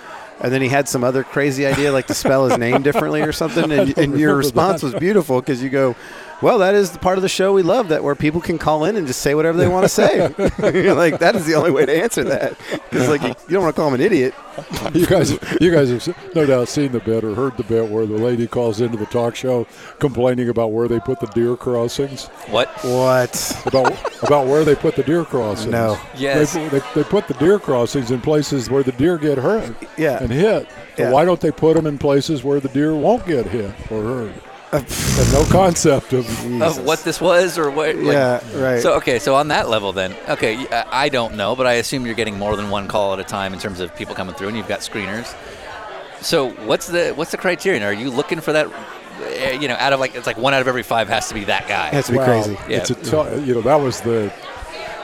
And then he had some other crazy idea, like to spell his name differently or something. And, and your remember response was beautiful because you go, well, that is the part of the show we love that where people can call in and just say whatever they want to say. You're like, that is the only way to answer that. Because, like, you, you don't want to call him an idiot. You guys, you guys have no doubt seen the bit or heard the bit where the lady calls into the talk show complaining about where they put the deer crossings, What? What? about about where they put the deer crossings. No. Yes. they, they, they put the deer crossings in places where the deer get hurt Yeah. and hit. So Yeah. why don't they put them in places where the deer won't get hit or hurt? and no concept of Of what this was or what? like- yeah, right. So okay, so on that level then, okay, y- uh, I I don't know, but I assume you're getting more than one call at a time in terms of people coming through, and you've got screeners. So what's the what's the criterion? Are you looking for that? uh, You know, out of like it's like one out of every five has to be that guy. has to be Wow. crazy. Yeah. It's a t- you know that was the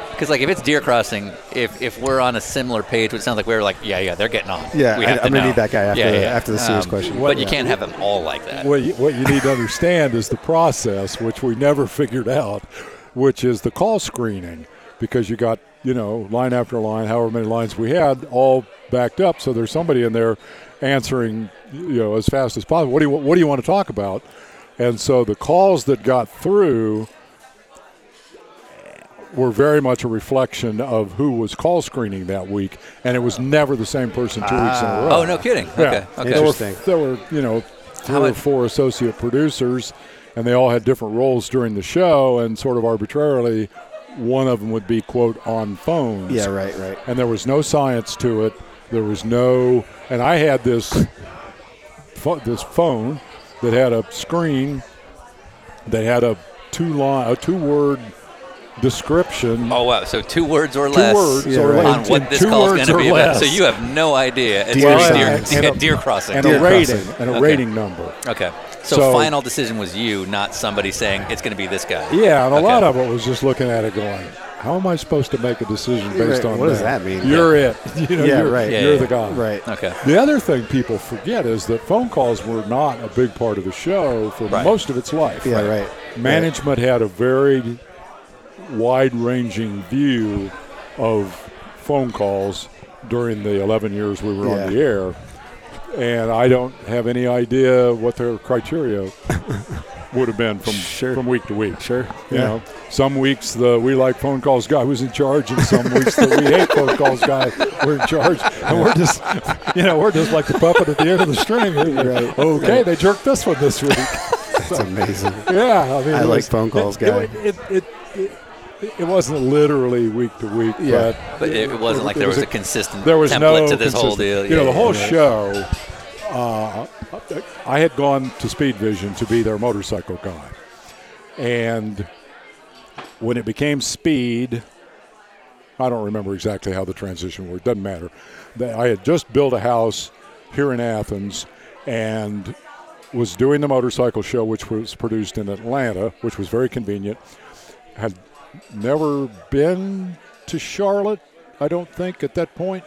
Because like if it's deer crossing, if if we're on a similar page, which sounds like we were like, yeah, yeah, they're getting on. Yeah, we I- have to I'm gonna know. need that guy after Yeah, the- yeah. Um, after the serious question. But you can't have them all like that. What you, what you need to understand is the process, which we never figured out, which is the call screening, because you got you know line after line, however many lines we had, all backed up. So there's somebody in there answering, you know, as fast as possible. What do you what do you want to talk about? And so the calls that got through were very much a reflection of who was call screening that week, and it was never the same person two weeks in a row. Oh no, kidding. Okay, Yeah. okay. There were, Interesting. there were, you know, three or much- four associate producers, and they all had different roles during the show, and sort of arbitrarily, one of them would be, quote, on phones. Yeah, right, right. And there was no science to it. There was no, and I had this pho- this phone that had a screen that had a two line a two word description. Oh wow! So two words or less words or on less. what And this two call is going words to or be about. So less. you have no idea. It's Deer deer, signs. deer, And deer, crossing. and a Deer rating crossing. and a Okay. rating number. okay. So, So- final decision was you, not somebody saying it's going to be this guy. Yeah, and a Okay. lot of it was just looking at it going, how am I supposed to make a decision based Right, on what does that mean? You're it. You know, Yeah, you're, right. Yeah, You're yeah, the yeah. guy. Right. Okay. The other thing people forget is that phone calls were not a big part of the show for Right. most of its life. Yeah, right. Management had a very wide-ranging view of phone calls during the 11 years we were Yeah. on the air, and I don't have any idea what their criteria would have been from Sure. from week to week. Sure. You know, some weeks the we like phone calls guy was in charge, and some weeks the we hate phone calls guy were in charge, and we're just, you know, we're just like the puppet at the end of the string. We're like, Right. Okay, they jerked this one this week. That's amazing. yeah, I mean, I it like was- phone calls it, guy. It, it, it, it, it wasn't literally week to week, Yeah. but But it wasn't like it there was was a consistent there was template no to this whole deal. consistent- You know, the Yeah, whole yeah. show. Uh, I had gone to Speed Vision to be their motorcycle guy, and when it became Speed, I don't remember exactly how the transition worked. Doesn't matter. That I had just built a house here in Athens, and was doing the motorcycle show, which was produced in Atlanta, which was very convenient. Had never been to Charlotte, I don't think, at that point.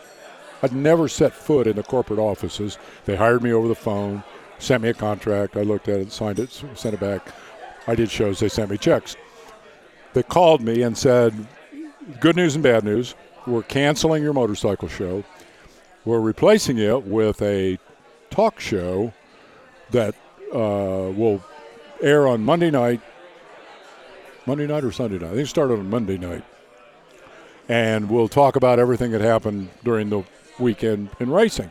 I'd never set foot in the corporate offices. They hired me over the phone, sent me a contract. I looked at it, signed it, sent it back. I did shows. They sent me checks. They called me and said, "Good news and bad news. We're canceling your motorcycle show. We're replacing it with a talk show that uh, will air on Monday night, Monday night or Sunday night. I think it started on Monday night and we'll talk about everything that happened during the weekend in racing.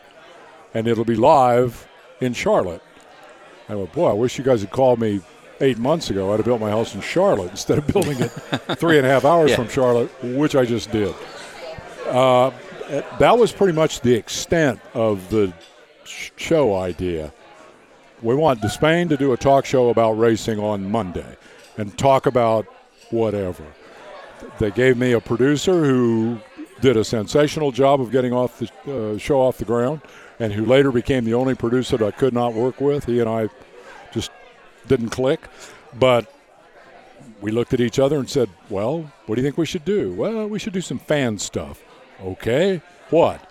And it'll be live in Charlotte. I went, boy, I wish you guys had called me eight months ago. I'd have built my house in Charlotte instead of building it three and a half hours Yeah. from Charlotte, which I just did. Uh, that was pretty much the extent of the sh- show idea. We want Despain to do a talk show about racing on Monday and talk about whatever they gave me a producer who did a sensational job of getting off the uh, show off the ground, and who later became the only producer that I could not work with. He and I just didn't click, but we looked at each other and said, "Well, what do you think we should do? Well, we should do some fan stuff." Okay, what?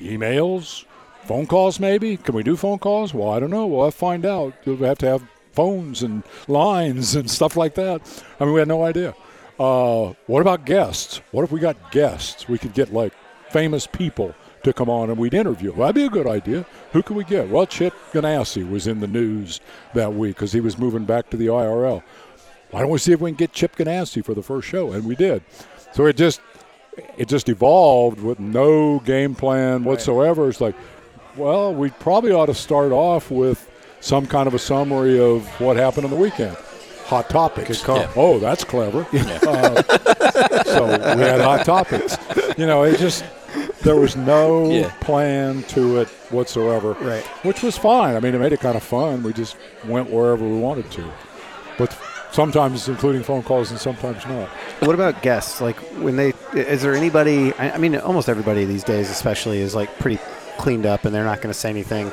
Emails, phone calls, maybe? Can we do phone calls? Well, I don't know. Well, I'll find out. We'll have to have phones and lines and stuff like that. I mean, we had no idea. Uh, what about guests? What if we got guests? We could get like famous people to come on and we'd interview. Well, that'd be a good idea. Who could we get? Well, Chip Ganassi was in the news that week because he was moving back to the IRL. Why don't we see if we can get Chip Ganassi for the first show? And we did. So it just it just evolved with no game plan whatsoever. It's like, well, we probably ought to start off with some kind of a summary of what happened on the weekend. Hot topics. Yeah. Oh, that's clever. Uh, so we had hot topics. You know, it just there was no Yeah. plan to it whatsoever. Right. Which was fine. I mean, it made it kind of fun. We just went wherever we wanted to, but sometimes including phone calls and sometimes not. What about guests? Like when they is there anybody? I, I mean, almost everybody these days, especially, is like pretty cleaned up, and they're not going to say anything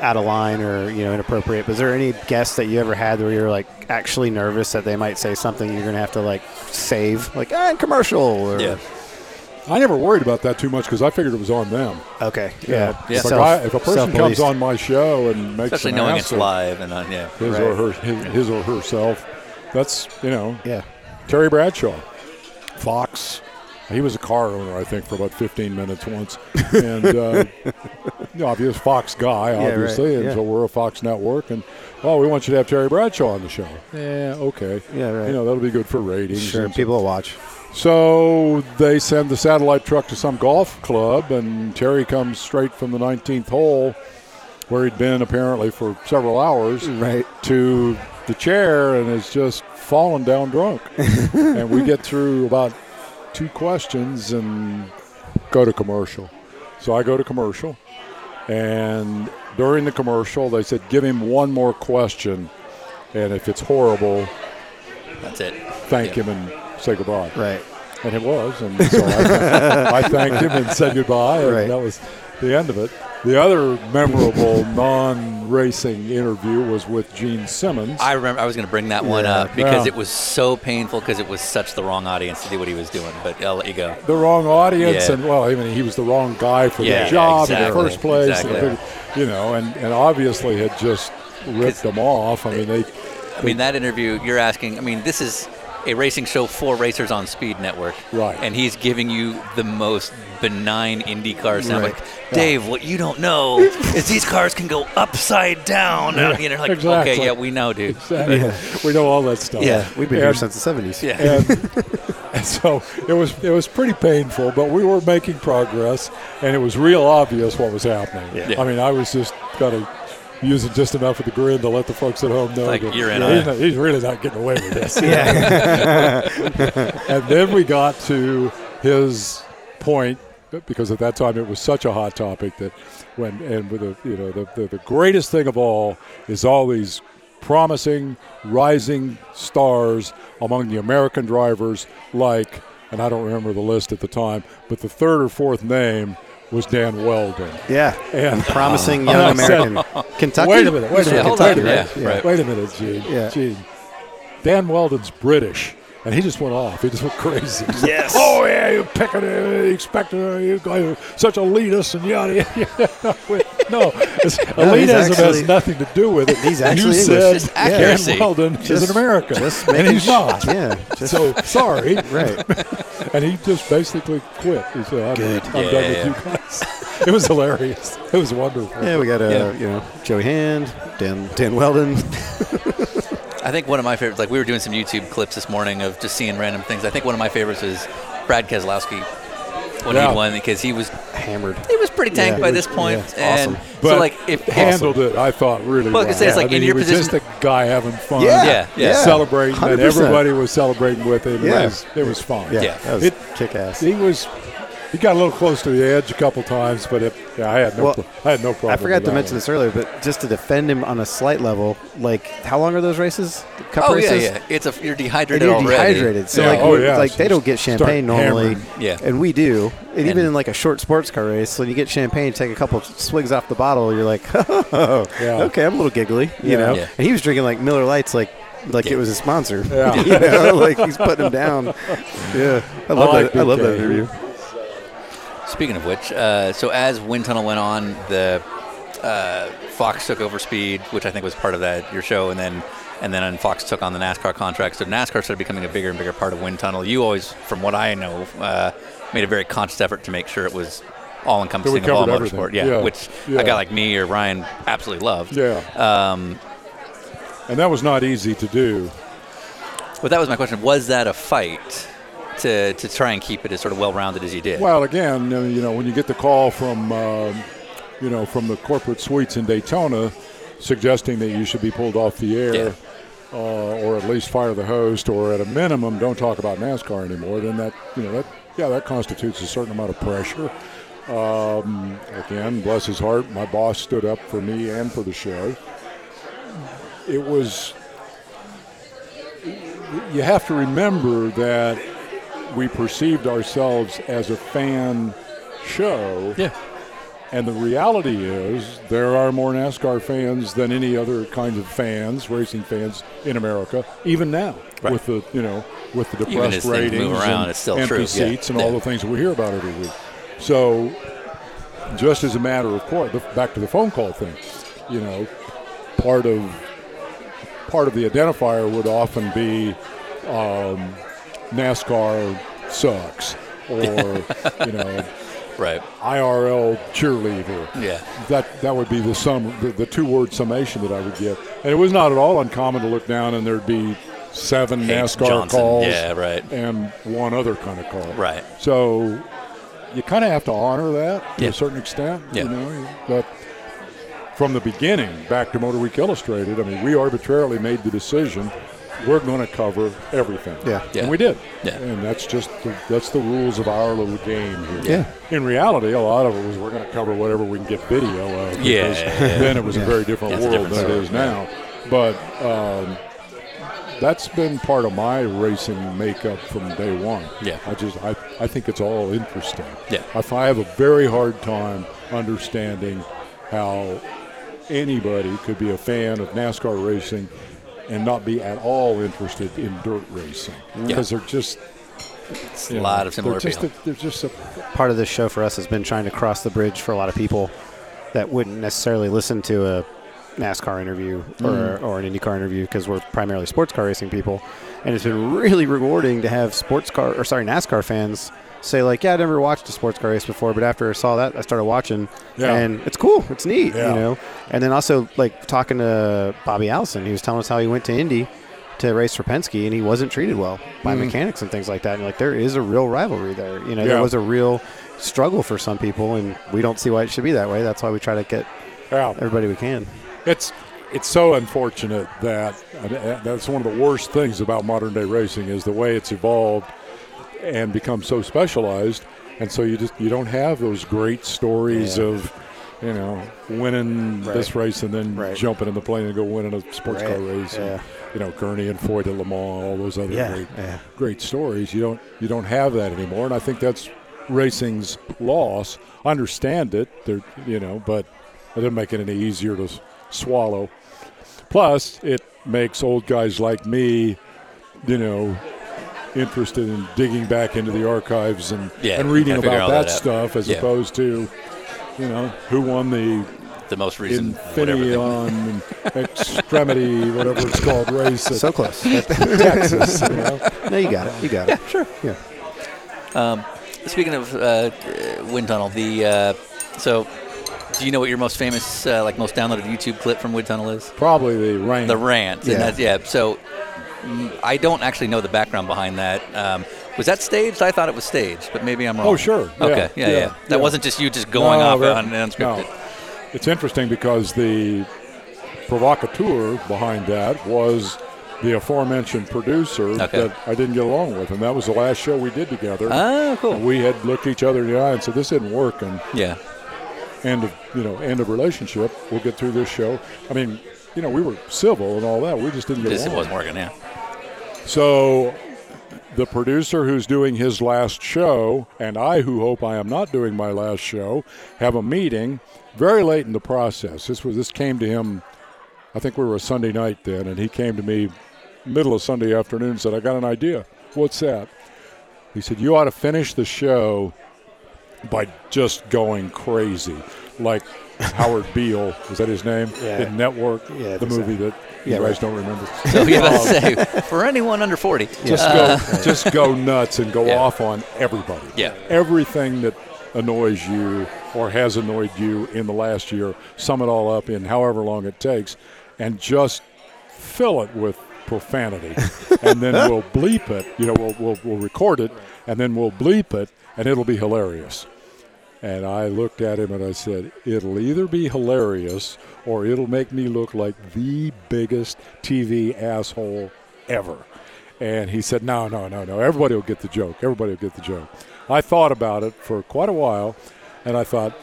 out of line or you know inappropriate. But is there any guests that you ever had where you're like actually nervous that they might say something you're going to have to like save, like ah, commercial? Or, Yeah. I never worried about that too much because I figured it was on them. Okay. Yeah. Yeah. If, a guy- if a person comes on my show and makes Especially an knowing ass it's of live and on, yeah. his or her his, his or herself, that's you know Yeah. Terry Bradshaw, Fox. He was a car owner, I think, for about 15 minutes once. And, uh, you know, obvious Fox guy, right, obviously. And yeah. so we're a Fox network. And, oh, we want you to have Terry Bradshaw on the show. Yeah, okay. Yeah, right. You know, that'll be good for ratings. Sure. and- People will watch. so they send the satellite truck to some golf club, and Terry comes straight from the 19th hole, where he'd been apparently for several hours, Right. to the chair and is just fallen down drunk. and we get through about two questions and go to commercial. So I go to commercial, and during the commercial. They said, give him one more question, and if it's horrible, That's it. thank Yeah. him and say goodbye. Right. And it was, and so I, I thanked him and said goodbye, and Right. that was the end of it. The other memorable non-racing interview was with Gene Simmons. I remember I was going to bring that one Yeah, up because yeah. it was so painful because it was such the wrong audience to do what he was doing. But I'll let you go. the wrong audience, Yeah. and well, I mean, he was the wrong guy for Yeah, the job in exactly, the first place. and exactly. the- you know, and, and obviously had just ripped them off. I mean, they I mean, that interview you're asking. I mean, this is a racing show for racers on Speed Network, Right. And he's giving you the most benign IndyCar sound. Right. Like, Dave, what you don't know is these cars can go upside down. Yeah, you know, like, okay, exactly. yeah, we know, dude. exactly, we know all that stuff. Yeah. We've been here And- since the 70s. Yeah. and, and so it was it was pretty painful, but we were making progress, and it was real obvious what was happening. Yeah. I mean, I was just kind of using just enough of the grin to let the folks at home know Like, that you're in on it. he's, not- he's really not getting away with this. and then we got to his point because at that time it was such a hot topic that when and with the you know the, the, the greatest thing of all is all these promising rising stars among the American drivers like and I don't remember the list at the time but the third or fourth name was Dan Weldon Yeah. and Promising I young said- American. Kentucky. wait a minute wait a Yeah, minute, hold Kentucky, on, right? yeah, right. wait a minute Gene Yeah. Gene Dan Weldon's British and he just went off he just went crazy Yes. Oh yeah, you're picking it, you expecting it, you're going such elitist and yada yada. yada. no, it's, he's elitism actually- has nothing to do with it. He's you actually said English. Just accuracy. Dan Weldon Just- is an American, just and making he's sh- not. Yeah. Just, So sorry, right. and he just basically quit. He said, "I'm, Good. I'm Yeah, done with yeah. you guys." It was hilarious. It was wonderful. Yeah, we got uh, Yeah. you know Joey Hand, Dan Dan Weldon. I think one of my favorites, like we were doing some YouTube clips this morning of just seeing random things. I think one of my favorites was Brad Keselowski when Yeah. he won because he was hammered. he was pretty tanked Yeah. by this point, Yeah. and Awesome. so But like if handled it, I thought really Well, I well. could say it's like I mean, in he your was position- just a guy having fun. Yeah, Yeah, yeah. celebrating, and 100%. everybody was celebrating with him. Yeah. It was, it was fun. Yeah, Yeah. that was It- kick ass. He was. He got a little close to the edge a couple times, but it, yeah, I had no. Well, pro- I had no problem. I forgot with to that mention one. this earlier, but just to defend him on a slight level, like how long are those races? The Cup Oh yeah, races? yeah. It's a you're And dehydrated you're already. dehydrated, so Yeah. like, Oh, we- yeah. like they don't get Start champagne normally, hammering. Yeah. and we do. And, even And- in like a short sports car race, when you get champagne, take a couple swigs off the bottle, you're like, "Oh, Yeah. okay, I'm a little giggly, you Yeah. know. Yeah. And he was drinking like Miller Lights, like like Yeah. it was his sponsor, Yeah. you know, like he's putting him down. Yeah, I love like that. I love that BK. interview. Speaking of which, uh, so as wind tunnel went on, the uh, Fox took over Speed, which I think was part of that your show, and then and then on Fox took on the NASCAR contract. So NASCAR started becoming a bigger and bigger part of wind tunnel. You always, from what I know, uh, made a very conscious effort to make sure it was all encompassing of all covered everything. motorsport. Yeah, Yeah, which yeah. a guy like me or Ryan absolutely loved. Yeah. Um, and that was not easy to do. But that was my question: Was that a fight to to try and keep it as sort of well rounded as you did? Well, again, uh, you know, when you get the call from, um, you know, from the corporate suites in Daytona, suggesting that you should be pulled off the air, Yeah. uh, or at least fire the host, or at a minimum, don't talk about NASCAR anymore. Then that, you know, that yeah, that constitutes a certain amount of pressure. Um, again, bless his heart, my boss stood up for me and for the show. It was. You have to remember that we perceived ourselves as a fan show. yeah. And the reality is, there are more NASCAR fans than any other kind of fans, racing fans in America, even now Right. with the you know with the Even as depressed things move ratings around, and it's still empty true, yeah. seats and all Yeah. the things that we hear about every week. So, just as a matter of course, the- back to the phone call thing, you know, part of part of the identifier would often be um, NASCAR sucks or you know Right. IRL cheerleader. Yeah. That that would be the sum the, the two word summation that I would give. And it was not at all uncommon to look down and there'd be seven Hank NASCAR Johnson. calls Yeah. Right. and one other kind of call. Right. So you kind of have to honor that to Yeah. a certain extent. Yeah. You know, but from the beginning, back to Motor Week Illustrated, I mean, we arbitrarily made the decision we're going to cover everything. Yeah. Yeah. And we did. Yeah. And that's just the, that's the rules of our little game here. Yeah. In reality, a lot of it was we're going to cover whatever we can get video of. because Yeah. Then it was a very different It's a world different than story. it is now. But um, that's been part of my racing makeup from day one. Yeah. I just I, I think it's all interesting. Yeah. If I have a very hard time understanding how anybody could be a fan of NASCAR racing and not be at all interested in dirt racing because they're just It's you a know, lot of similar they're just people. a, they're just a Part of this show for us has been trying to cross the bridge for a lot of people that wouldn't necessarily listen to a NASCAR interview or, Mm. or an IndyCar interview because we're primarily sports car racing people. And it's been really rewarding to have sports car or sorry, NASCAR fans say like, yeah, I never watched a sports car race before, but after I saw that, I started watching Yeah. and it's cool. It's neat, Yeah. you know? And then also like talking to Bobby Allison, he was telling us how he went to Indy to race for Penske and he wasn't treated well by mechanics and things like that. And you're like there is a real rivalry there. You know, Yeah. there was a real struggle for some people and we don't see why it should be that way. That's why we try to get yeah. everybody we can. It's it's so unfortunate that and that's one of the worst things about modern day racing is the way it's evolved and become so specialized, and so you just you don't have those great stories Yeah. of you know winning this race and then Right. jumping in the plane and go winning a sports car Right. race. Yeah. And, you know Gurney and Foyt at Le Mans, all those other Yeah. great Yeah. great stories. You don't you don't have that anymore, and I think that's racing's loss. I understand it, there you know, but it doesn't make it any easier to s- swallow. Plus, it makes old guys like me, you know, interested in digging back into the archives and Yeah, and reading I figure all about that, that out. stuff as Yeah. opposed to. You know who won the the most recent whatever. Infinity on Extremity, whatever it's called, race at So close. Texas. You know? no, you got it. You got it. Sure. Yeah. thing. Speaking of uh, uh, wind tunnel, the uh, so do you know what your most famous, uh, like most downloaded YouTube clip from wind tunnel is? Probably the rain. The rant. Yeah. And that's, yeah. So mm, I don't actually know the background behind that. Um, was that staged? I thought it was staged, but maybe I'm wrong. Oh, sure. Yeah. Okay. Yeah, yeah. Yeah. That Yeah. wasn't just you just going No, off that- on unscripted. no. It's interesting because the provocateur behind that was the aforementioned producer Okay. that I didn't get along with, and that was the last show we did together. Oh, cool. We had looked each other in the eye and said, "This isn't working." yeah. End of you know, end of relationship. We'll get through this show. I mean, you know, we were civil and all that. We just didn't get Just, it along. wasn't working. Yeah. So the producer who's doing his last show and I who hope I am not doing my last show have a meeting very late in the process. This was this came to him I think we were a Sunday night then and he came to me middle of Sunday afternoon and said I got an idea. What's that? He said you ought to finish the show by just going crazy like Howard Beale, is that his name? Yeah. In Network, Yeah, the I think so. movie that Yeah, you guys right. don't remember. So Oh, yeah, Um, let's say for anyone under forty. just go just go nuts and go Yeah. off on everybody. Yeah. Everything that annoys you or has annoyed you in the last year, sum it all up in however long it takes and just fill it with profanity. and then we'll bleep it. You know, we'll, we'll we'll record it and then we'll bleep it and it'll be hilarious. And I looked at him and I said, It'll either be hilarious or it'll make me look like the biggest TV asshole ever. And he said, No, no, no, no. Everybody will get the joke. Everybody will get the joke. I thought about it for quite a while and I thought,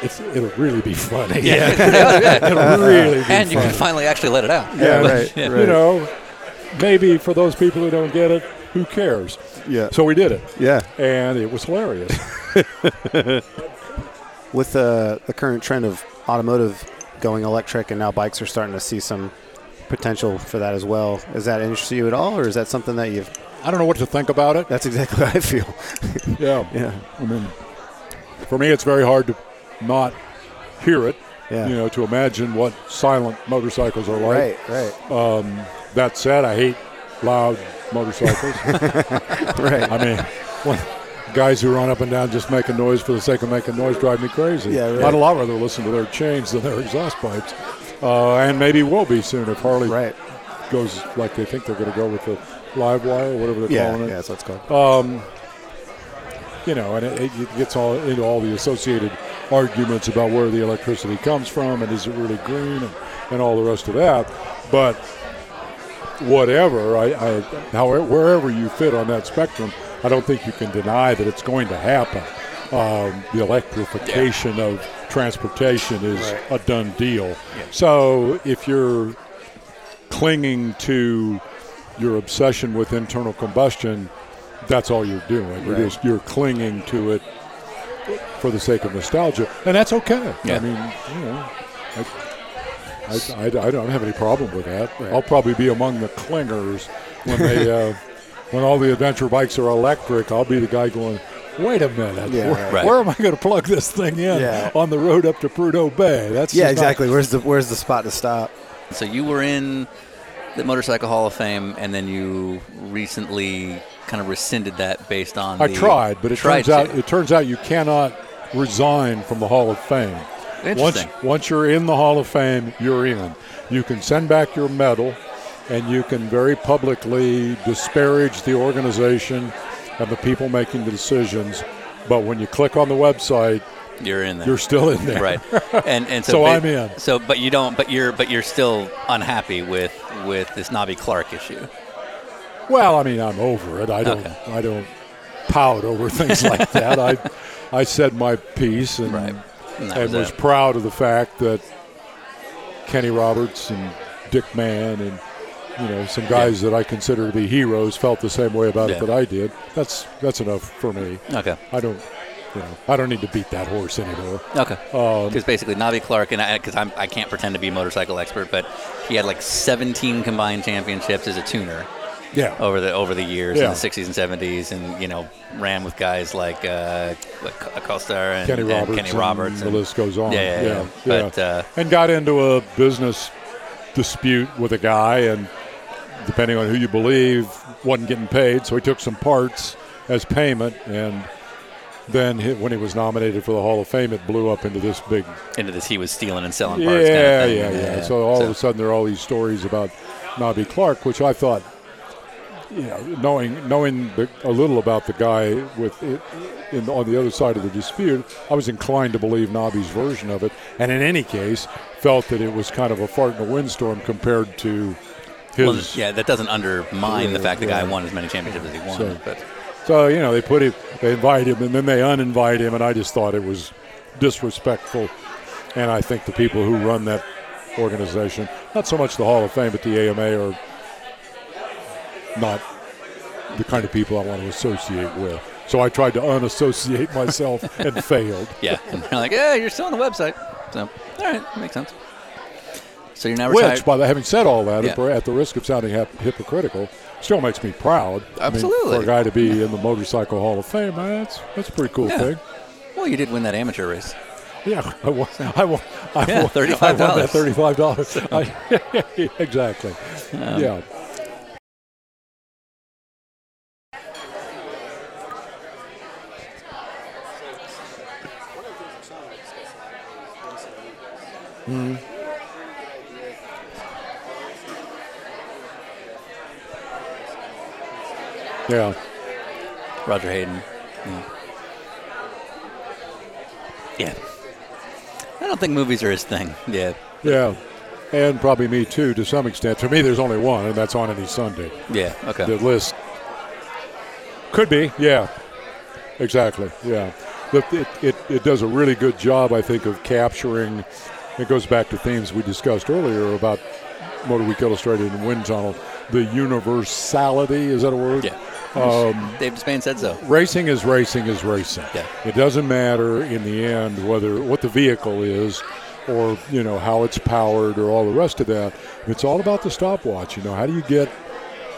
it's, It'll really be funny. Yeah. yeah, yeah. it'll really be And you funny. can finally actually let it out. Yeah, right, but, right. You know, maybe for those people who don't get it, who cares? Yeah. So we did it. Yeah. And it was hilarious. With uh, the current trend of automotive going electric and now bikes are starting to see some potential for that as well. Is that interest you at all or is that something that you've I don't know what to think about it. that's exactly how I feel. Yeah. Yeah. I mean, for me, it's very hard to not hear it. Yeah. You know, to imagine what silent motorcycles are like. right. That said, I hate loud motorcycles. Right. I mean, when guys who run up and down just making noise for the sake of making noise drive me crazy. Yeah, right. I'd a lot rather listen to their chains than their exhaust pipes. Uh, and maybe will be soon if Harley Right. goes like they think they're going to go with the live wire, whatever they're Yeah, yeah, calling it. that's what it's called. you know, and it, it gets all into all the associated arguments about where the electricity comes from and is it really green and, and all the rest of that. But whatever, I, I however, wherever you fit on that spectrum, I don't think you can deny that it's going to happen. Um, the electrification of transportation is a done deal. So if you're clinging to your obsession with internal combustion, that's all you're doing. It is you're clinging to it for the sake of nostalgia, and that's okay. I Yeah. mean, you know, I, I, I- I don't have any problem with that. I'll probably be among the clingers when they uh, when all the adventure bikes are electric. I'll be the guy going. Wait a minute. Yeah, where, right. where am I going to plug this thing in Yeah. on the road up to Prudhoe Bay? That's Yeah, just not- exactly. Where's the where's the spot to stop? So you were in the Motorcycle Hall of Fame, and then you recently kind of rescinded that based on. I the- tried, but it tried turns out to. it turns out you cannot resign from the Hall of Fame. Once Interesting. once you're in the Hall of Fame, you're in. You can send back your medal, and you can very publicly disparage the organization and the people making the decisions. But when you click on the website, you're in there. you're still in there. right. And and so, So ba- I'm in. So but you don't. But you're but you're still unhappy with with this Nobby Clark issue. Well, I mean, I'm over it. I don't. Okay. I don't pout over things like that. I, I said my piece and Right. And that and was was it. proud of the fact that Kenny Roberts and Dick Mann and you know some guys that I consider to be heroes felt the same way about Yeah. it that I did. That's that's enough for me. Okay. I don't you know I don't need to beat that horse anymore. Okay. Um, Because basically, Navi Clark and I, because I'm I can't pretend to be a motorcycle expert, but he had like 17 combined championships as a tuner Yeah. over the over the years in Yeah. the 60s and 70s, and you know ran with guys like uh, like Acosta and Kenny and Roberts. Kenny Roberts. the list goes on. Yeah, yeah, yeah. But, uh, and got into a business dispute with a guy, and depending on who you believe, wasn't getting paid. So he took some parts as payment, and then he, when he was nominated for the Hall of Fame, it blew up into this big. into this, he was stealing and selling Yeah, parts. kind of yeah, thing. uh, yeah, So all of a sudden, there are all these stories about Nobby Clark, which I thought. You know, knowing knowing the, a little about the guy with in, on the other side of the dispute, I was inclined to believe Nobby's version of it, and in any case, felt that it was kind of a fart in a windstorm compared to his. Well, yeah, that doesn't undermine the Yeah, fact the guy yeah. won as many championships as he won. So- but So you know, they put him, they invite him, and then they uninvite him, and I just thought it was disrespectful. And I think the people who run that organization, not so much the Hall of Fame, but the AMA, are not the kind of people I want to associate with. So I tried to unassociate myself and failed. yeah, and they're like, yeah, you're still on the website. So all right, that makes sense. So you're now retired. Which, by the, having said all that, Yeah. for- at the risk of sounding hip- hypocritical, still makes me proud. I mean, Absolutely. for a guy to be in the Motorcycle Hall of Fame, that's that's a pretty cool Yeah. thing. Well, you did win that amateur race. Yeah, I won. I won. I Yeah, won, $35. I won that thirty-five dollars. exactly. yeah. Hmm. Yeah. Roger Hayden. Yeah. Yeah. I don't think movies are his thing. Yeah. Yeah, and probably me too to some extent. For me, there's only one, and that's on any Sunday. Yeah. The Okay. list could be, yeah, exactly, yeah. But it, it, it does a really good job, I think, of capturing. It goes back to themes we discussed earlier about Motor Week Illustrated and Wind Tunnel. The universality is that a word? Yeah. Um, Dave Spain said so. racing is racing is racing. Yeah. It doesn't matter in the end whether what the vehicle is or you know how it's powered or all the rest of that. It's all about the stopwatch. You know how do you get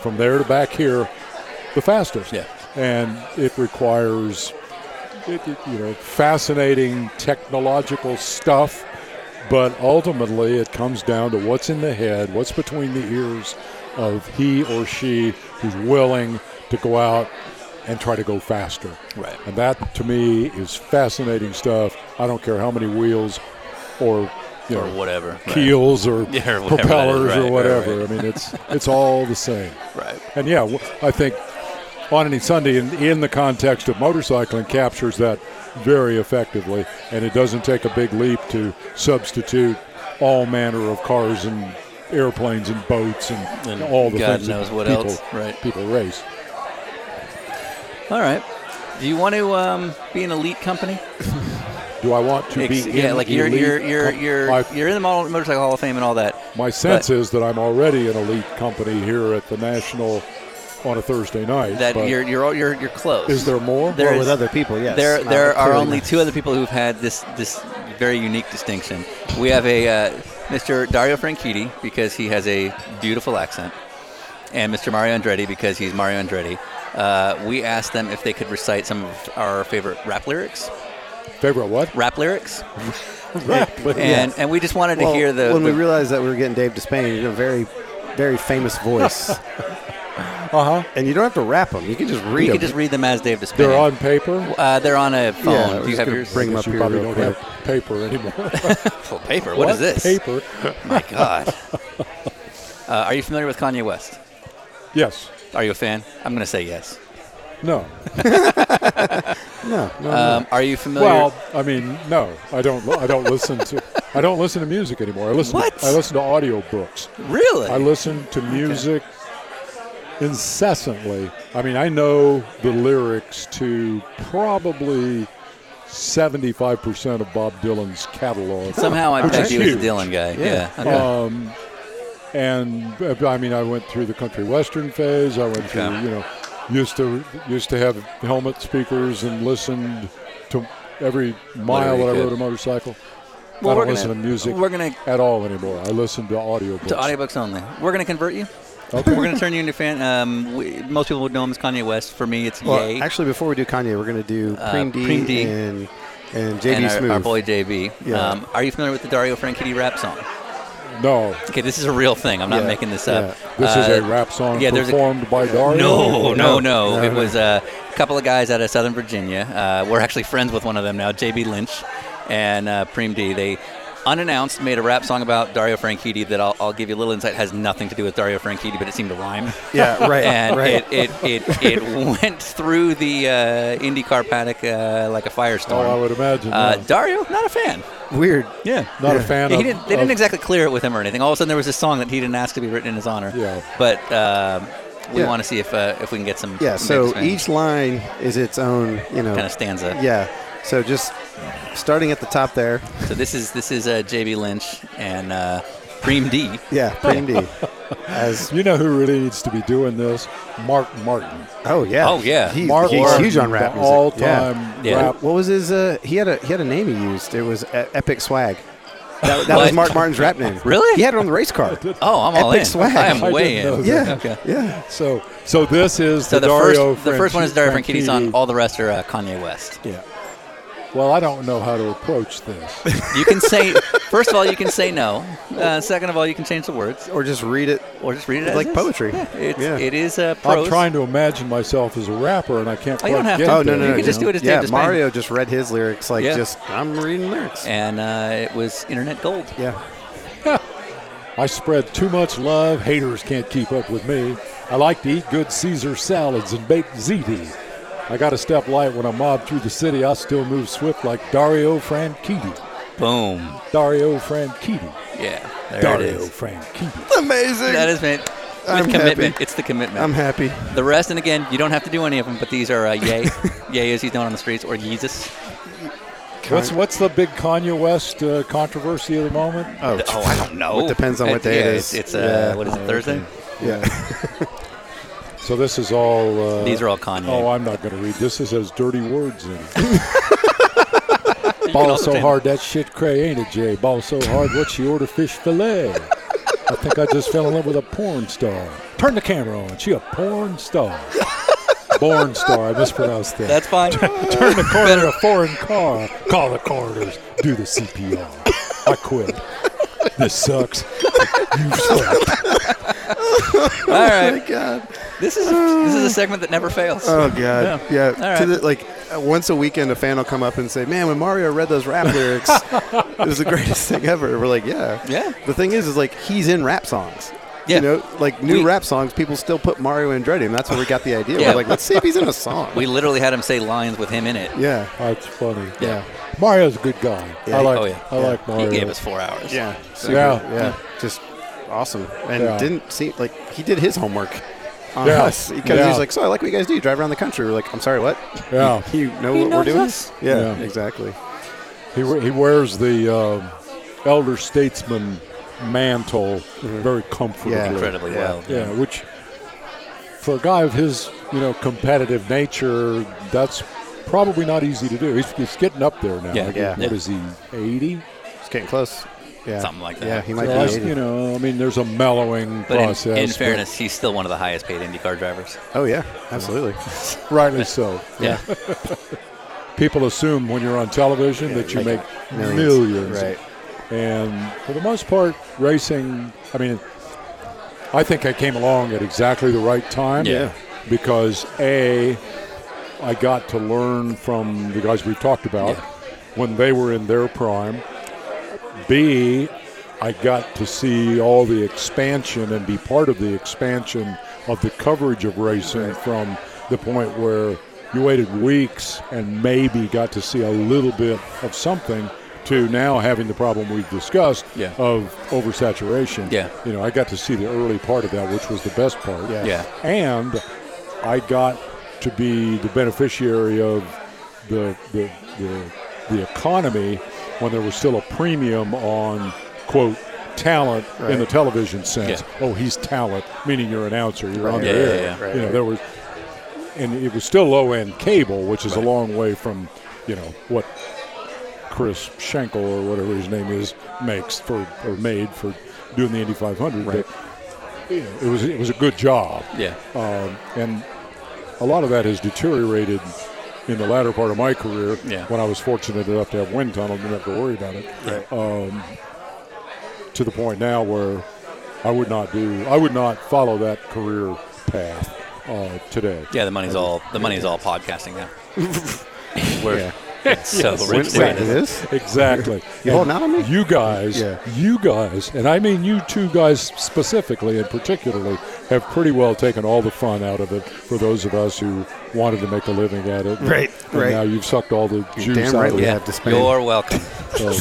from there to back here the fastest? Yeah. And it requires it- it- you know fascinating technological stuff. But ultimately, it comes down to what's in the head, what's between the ears of he or she who's willing to go out and try to go faster. Right. And that to me is fascinating stuff. I don't care how many wheels or you Or know whatever. Right. keels or, Yeah, or whatever that is. propellers Right, right, or whatever. right. I mean, it's it's all the same. Right. And yeah, w- I think on any Sunday in, in the context of motorcycling captures that very effectively, and it doesn't take a big leap to substitute all manner of cars and airplanes and boats and, And all the God things knows that what people, else, right. people race. All right. Do you want to um, be an elite company? Do I want to Ex- be yeah, in like you're elite you're you're com- you're, my, you're in the Model Motorcycle Hall of Fame and all that. my sense is that I'm already an elite company here at the national on a Thursday night. That but you're you're all- you're you're close. is there more? There Or is- with other people, yes. There, Not there are clearly. only two other people who've had this this very unique distinction. We have a uh, Mr. Dario Franchitti because he has a beautiful accent, and Mr. Mario Andretti because he's Mario Andretti. Uh, we asked them if they could recite some of our favorite rap lyrics, Favorite what? rap lyrics, Rap. but and and we just wanted to Well, hear the. when we the- realized that we were getting Dave to Spain, you know, very, very famous voice. Uh-huh. uh huh. and you don't have to rap them. You can just read you them. could just read them as Dave Despain. They're on paper. Uh, they're on a phone. Yeah, we're Do you just have gonna yours? bring 'em Guess up you here probably real don't quick. have paper anymore. Full paper. What what is this? Paper. My God. uh, are you familiar with Kanye West? Yes. Are you a fan? I'm going to say yes. No. No, Uh, no, Um, are you familiar? Well, I mean, no. I don't. I don't listen to. I don't listen to music anymore. I listen. What? To, I listen to audiobooks. really? I listen to music incessantly. I mean, I know the lyrics to probably 75% of Bob Dylan's catalog. Somehow I which pegged is you as a huge. Dylan guy. Yeah. okay. Um, and uh, I mean, I went through the country western phase. I went through, Okay. you know, used to used to have helmet speakers and listened to every Whatever mile you that I could. rode a motorcycle. Well, we're I don't gonna- listen to music We're going to at all anymore. I listen to audiobooks. to audiobooks only. We're going to convert you. Okay. We're going to turn you into a fan. Um, we, most people would know him as Kanye West. For me, it's Well, Yay actually, before we do Kanye, we're going to do Uh, Preem D, Preem D. and and JB and our, Smooth. our boy JB. Yeah. Um, are you familiar with the Dario Franchitti rap song? No, Okay, this is a real thing. I'm not Yeah, making this up. this is a Uh, rap song yeah, there's a- performed by Dario. No, no, no. No, It no. was uh, a couple of guys out of Southern Virginia. Uh, we're actually friends with one of them now, JB Lynch and uh, Preem D. They unannounced made a rap song about Dario Franchitti that I'll, I'll give you a little insight has nothing to do with Dario Franchitti, but it seemed to rhyme. yeah, right, And right. it it, it, it went through the uh, IndyCar paddock uh, like a Oh, I firestorm. would imagine. uh, yeah. Dario, not a fan. Weird. Yeah. Not a fan Yeah, of. he didn't, they didn't of- exactly clear it with him or anything. All of a sudden, there was this song that he didn't ask to be written in his honor. Yeah. But um, we Yeah. want to see if uh, if we can get some. Yeah. maybe So some each line is its own, you know. kind of stanza. yeah. So just starting at the top there. So this is this is uh, JB Lynch and uh, Preem D. Yeah, Preem D. As You know who really needs to be doing this? Mark Martin. oh yeah. Oh, yeah. He, Mark he's Martin, huge on rap the music. all-time Yeah. rap. What was his? Uh, he had a he had a name he used. It was E- Epic Swag. That, that was What? Mark Martin's rap name. Really? He had it on the race car. Oh, I'm all Epic in. swag. I I am way in. didn't know Yeah. Okay. Yeah. So, so this is So the the, Dario. first the first one is Dario Franchitti's on. Franchitti. All the rest are uh, Kanye West. Yeah. Well, I don't know how to approach this. You can say first of all you can say no. Uh, second of all you can change the words Or just read it. or just read it as Like is. poetry. Yeah, it's, Yeah. It is uh, prose. I'm trying to imagine myself as a rapper, and I can't Oh, quite you don't have get to. Oh no there. no! You no, could just no. do it as Dave Yeah, Despain. Mario just read his lyrics like Yeah. just I'm reading lyrics. and uh, it was internet gold. Yeah. I spread too much love. Haters can't keep up with me. I like to eat good Caesar salads and baked ziti. I got to step light when I mob through the city. I still move swift like Dario Franchitti. Boom. Dario Franchitti. Yeah. There Dario it is. Franchitti. Amazing. That is it. I'm With commitment. happy. It's the commitment. I'm happy. The rest, and again, you don't have to do any of them, but these are uh, yay, yay as he's known on the streets, or Yeezus. What's what's the big Kanye West uh, controversy at the moment? Oh, Oh, I don't know. It depends on what day it yeah, is. It's, it's uh, Yeah. what is it, Thursday? yeah. So this is all. Uh, These are all Kanye. Oh, I'm not going to read. This is has dirty words in it. can Ball also so change hard that shit cray ain't it, Jay? Ball so hard what she order fish fillet. I think I just fell in love with a porn star. Turn the camera on. She a porn star. Born star. I mispronounced that. That's fine. Turn the corner in a foreign car. Call the coroners. Do the CPR. I quit. This sucks. You suck. all Oh right. my God. This is this is a segment that never fails. Oh God. Yeah. All To right. the, like uh, once a weekend, a fan will come up and say, "Man, when Mario read those rap lyrics, it was the greatest thing ever." We're like, "Yeah." Yeah. The thing is, is like he's in rap songs. Yeah. You know, like new We- rap songs, people still put Mario Andretti, and that's where we got the idea. Yeah. We're like, let's see if he's in a song. we literally had him say lines with him in it. yeah. That's funny. Yeah. Mario's a good guy. Yeah. I like. Oh, yeah. I like Mario. He gave us four hours. Yeah. Yeah. Yeah. Just awesome, and Yeah. didn't seem like he did his homework on Yeah. us because Yeah. he's like, "So I like what you guys do. You drive around the country." We're like, "I'm sorry, what? Yeah. you know what we're knows doing? us. Yeah, Yeah. exactly. He, we- he wears the um elder statesman mantle very comfortably. Mm-hmm. Yeah. Incredibly well. Yeah, which for a guy of his, you know, competitive nature, that's probably not easy to do. He's, he's getting up there now. Yeah, Like, yeah. What is he, 80? It's getting close. Yeah, Something like that. Yeah, he might So I s- be. 80. you know, I mean, there's a mellowing But in- process. in, but fairness, he's still one of the highest paid IndyCar drivers. Oh yeah, absolutely. rightly so. Yeah. People assume when you're on television that you make make millions. millions. Right. And for the most part, racing, I mean, I think I came along at exactly the right time. Yeah. Because A, I got to learn from the guys we talked about Yeah. when they were in their prime. B, I got to see all the expansion and be part of the expansion of the coverage of racing from the point where you waited weeks and maybe got to see a little bit of something to now having the problem we've discussed Yeah. of oversaturation. Yeah. You know, I got to see the early part of that, which was the best part. Yeah. Yeah. And I got to be the beneficiary of the the, the the economy when there was still a premium on quote talent in the television sense. Yeah. Oh, he's talent, meaning you're an announcer, you're on Yeah, the air. yeah, yeah. Right, You know, right. there was, and it was still low end cable, which is a long way from you know what Chris Schenkel or whatever his name is makes for or made for doing the Indy 500. But you know, it was it was a good job. Yeah. Um, and a lot of that has deteriorated in the latter part of my career Yeah. when I was fortunate enough to have wind tunnel and didn't have to worry about it. Right. Um, to the point now where I would not do, I would not follow that career path uh, today. Yeah, the money's all the money's all podcasting now. We're it's so When, rich. wait, it is? Exactly. You holding out on me? You guys, Yeah. you guys, and I mean you two guys specifically and particularly, have pretty well taken all the fun out of it for those of us who wanted to make a living at it. Right, And right. now you've sucked all the juice damn out right of we it. yeah, have to spend- you're welcome. So,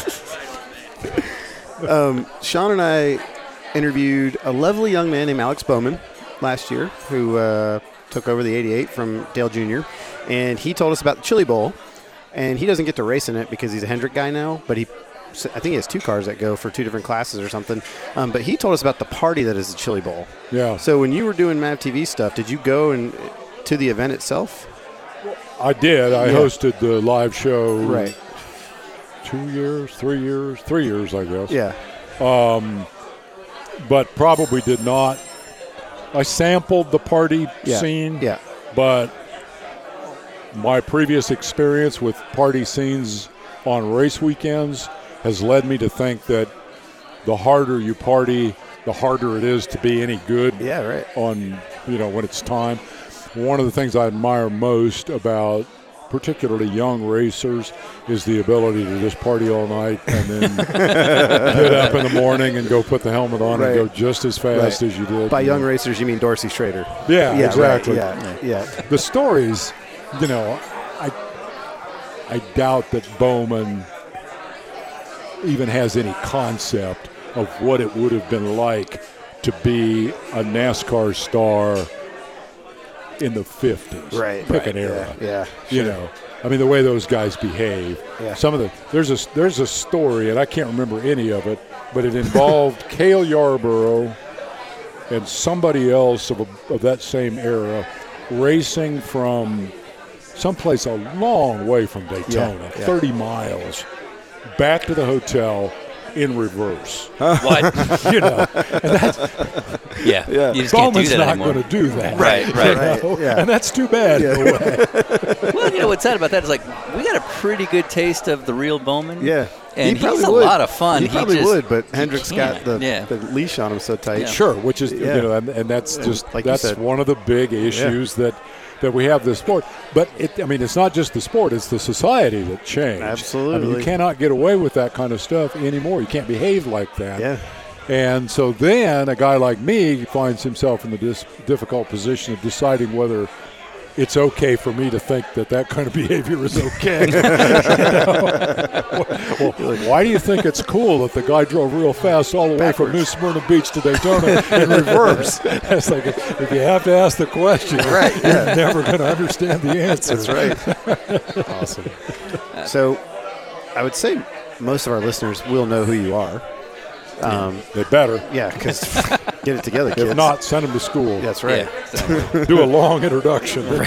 Sean and I interviewed a lovely young man named Alex Bowman last year who uh, took over the 88 from Dale Jr. And he told us about the Chili Bowl. And he doesn't get to race in it because he's a Hendrick guy now, but he. I think he has two cars that go for two different classes or something. Um, but he told us about the party that is the Chili Bowl. yeah. So when you were doing Mav TV stuff, did you go and to the event itself? I did. I Yeah. hosted the live show. Two years, three years, three years, I guess. Yeah. But probably did not. I sampled the party Yeah. scene. Yeah. but my previous experience with party scenes on race weekends has led me to think that the harder you party, the harder it is to be any good Yeah. Right. on you know when it's time. One of the things I admire most about particularly young racers is the ability to just party all night and then get up in the morning and go put the helmet on Right. and go just as fast Right. as you did By you young know. racers, you mean Dorsey Schrader. Yeah, right, exactly Yeah. Yeah. the stories, you know, I I doubt that Bowman even has any concept of what it would have been like to be a NASCAR star in the 50s. Right, Pick right, an era. yeah, yeah, You know, I mean the way those guys behave. Yeah. Some of the there's a there's a story and I can't remember any of it, but it involved Cale Yarborough and somebody else of, a, of that same era racing from someplace a long way from Daytona, Yeah, yeah. 30 miles, back to the hotel in reverse. What? You know, Yeah. You just can't do Bowman's that not anymore. going to do that. Right, You right. know? Right, yeah. And that's too bad. in a way. Well, you know what's sad about that is like we got a pretty good taste of the real Bowman. Yeah. and he probably he's a would. lot of fun. He, probably just- would, but he Hendrick's got can't. the, yeah. the leash on him so tight. Yeah. Sure, which is Yeah. you know, and, and that's just like you that's said. one of the big issues that that we have this sport. But it, I mean, it's not just the sport; it's the society that changed. I mean, Absolutely. you cannot get away with that kind of stuff anymore. You can't behave like that. Yeah. And so then a guy like me finds himself in the dis- difficult position of deciding whether it's okay for me to think that that kind of behavior is okay. You know? well, why do you think it's cool that the guy drove real fast all the way from New Smyrna Beach to Daytona in reverse? It's like, if you have to ask the question, Right, you're never going to understand the answer. That's right. awesome. So, I would say most of our listeners will know who you are. Um, They better. yeah, because get it together, kids. If not, send them to school. that's right. Yeah, so, Do a long introduction that All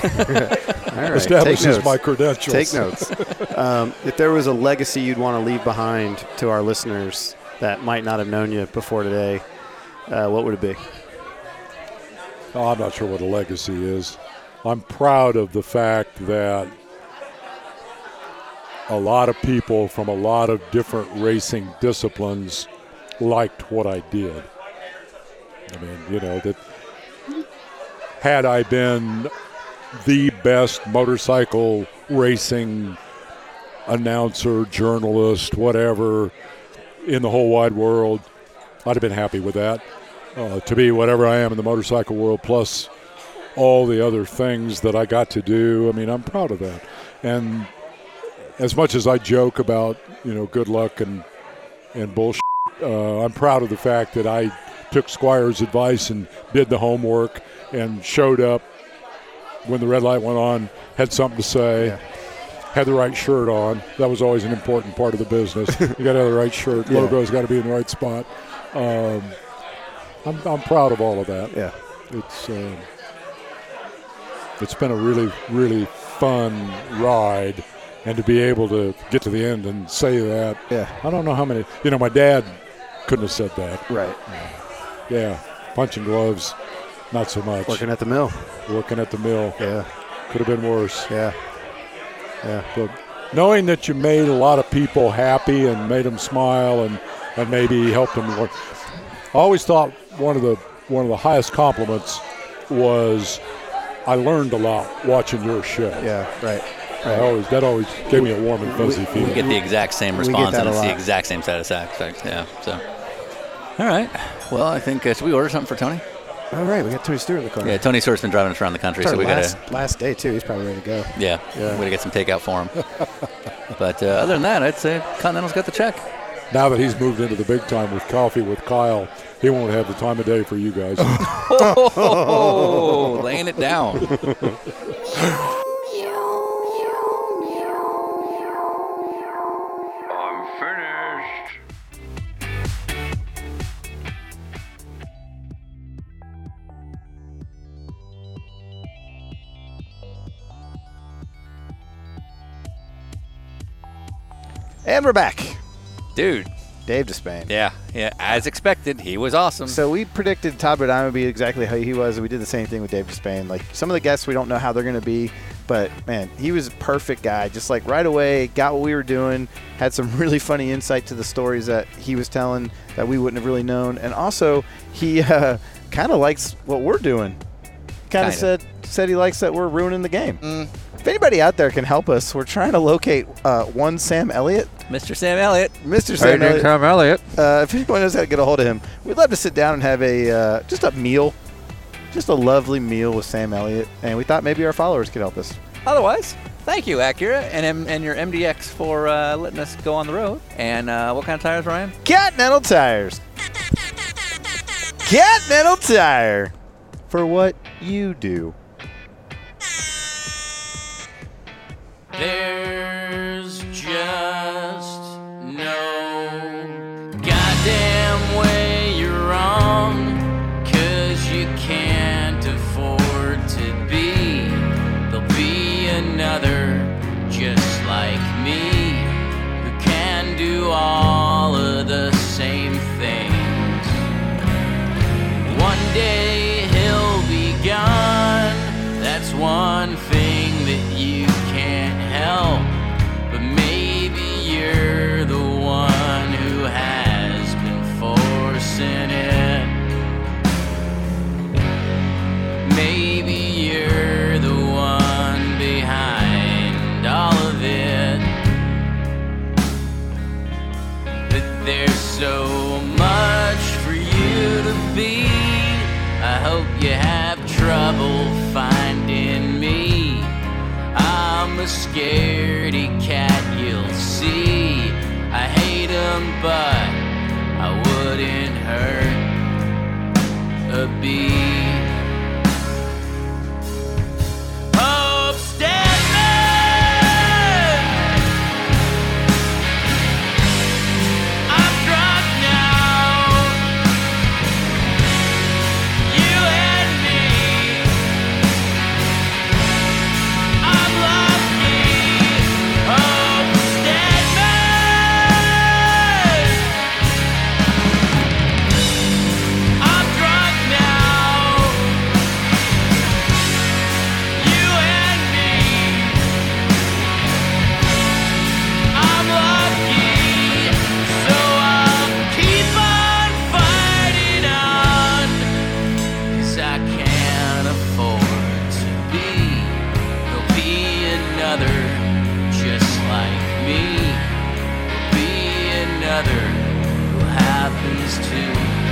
right. Take establishes notes. my credentials. Take notes. um, if there was a legacy you'd want to leave behind to our listeners that might not have known you before today, uh, what would it be? Oh, I'm not sure what a legacy is. I'm proud of the fact that a lot of people from a lot of different racing disciplines liked what I did. I mean, you know, that had I been the best motorcycle racing announcer, journalist, whatever in the whole wide world, I'd have been happy with that uh, to be whatever I am in the motorcycle world, plus all the other things that I got to do. I mean, I'm proud of that. And as much as I joke about, you know, good luck and and bullshit, uh, I'm proud of the fact that I took Squire's advice and did the homework and showed up when the red light went on, had something to say. Had the right shirt on. That was always an important part of the business. you got to have the right shirt. Logo's got to be in the right spot. Um, I'm, I'm proud of all of that. Yeah. It's um, it's been a really really fun ride, and to be able to get to the end and say that, Yeah. I don't know how many. You know, my dad couldn't have said that. Right. Yeah, punching gloves, not so much. Working at the mill. Working at the mill Yeah. could have been worse. Yeah. But knowing that you made a lot of people happy and made them smile and, and maybe helped them work. I always thought one of the one of the highest compliments was I learned a lot watching your show. Yeah. Right. I always that always gave me a warm and fuzzy we get feeling. the exact same get response, that and a it's the lot. exact same satisfaction. Yeah. So, all right. Well, I think uh, should we order something for Tony? All right. We got Tony Stewart in the car. Yeah, Tony Stewart's been driving us around the country, It's our so we last, gotta last day too. He's probably ready to go. yeah, Yeah. we gotta get some takeout for him. but uh, other than that, I'd say Continental's got the check. Now that he's moved into the big time with coffee with Kyle, he won't have the time of day for you guys. Oh, laying it down. I'm finished. And we're back. Dude, Dave Despain. yeah, yeah, as expected, he was awesome. So we predicted Todd Bradine would be exactly how he was. We did the same thing with Dave Despain. Like some of the guests, we don't know how they're going to be, but man, he was a perfect guy. Just like right away, got what we were doing, had some really funny insight to the stories that he was telling that we wouldn't have really known, and also he uh, kind of likes what we're doing. Kinda. Kind of said said he likes that we're ruining the game. If anybody out there can help us, we're trying to locate uh, one Sam Elliott, Mr. Sam Elliott. Mr. Sam Elliott Elliott. uh, if anybody knows how to get a hold of him, we'd love to sit down and have a uh, just a meal, just a lovely meal with Sam Elliott, and we thought maybe our followers could help us. Otherwise, thank you, Acura, and M- and your MDX for uh, letting us go on the road. And uh, what kind of tires, Ryan? Continental Tires, Continental Tire, for what you do. There's just no goddamn way you're wrong. Cause you can't afford to be. There'll be another just like me who can do all of the same things. One day he'll be gone. That's one thing that you can't help. But maybe you're the one who has been forcing it. Maybe you're the one behind all of it that there's so much for you to be. I hope you have trouble finding me. a scaredy cat, you'll see. I hate 'em, but I wouldn't hurt a bee. Hope Stedman! I'm drunk now. You and me. I'm lucky. Hope Stedman. I'm drunk now. You and me. I'm lucky, so I'll keep on fighting on. 'Cause I can't afford to be. There'll be another just like me. There'll be another who happens to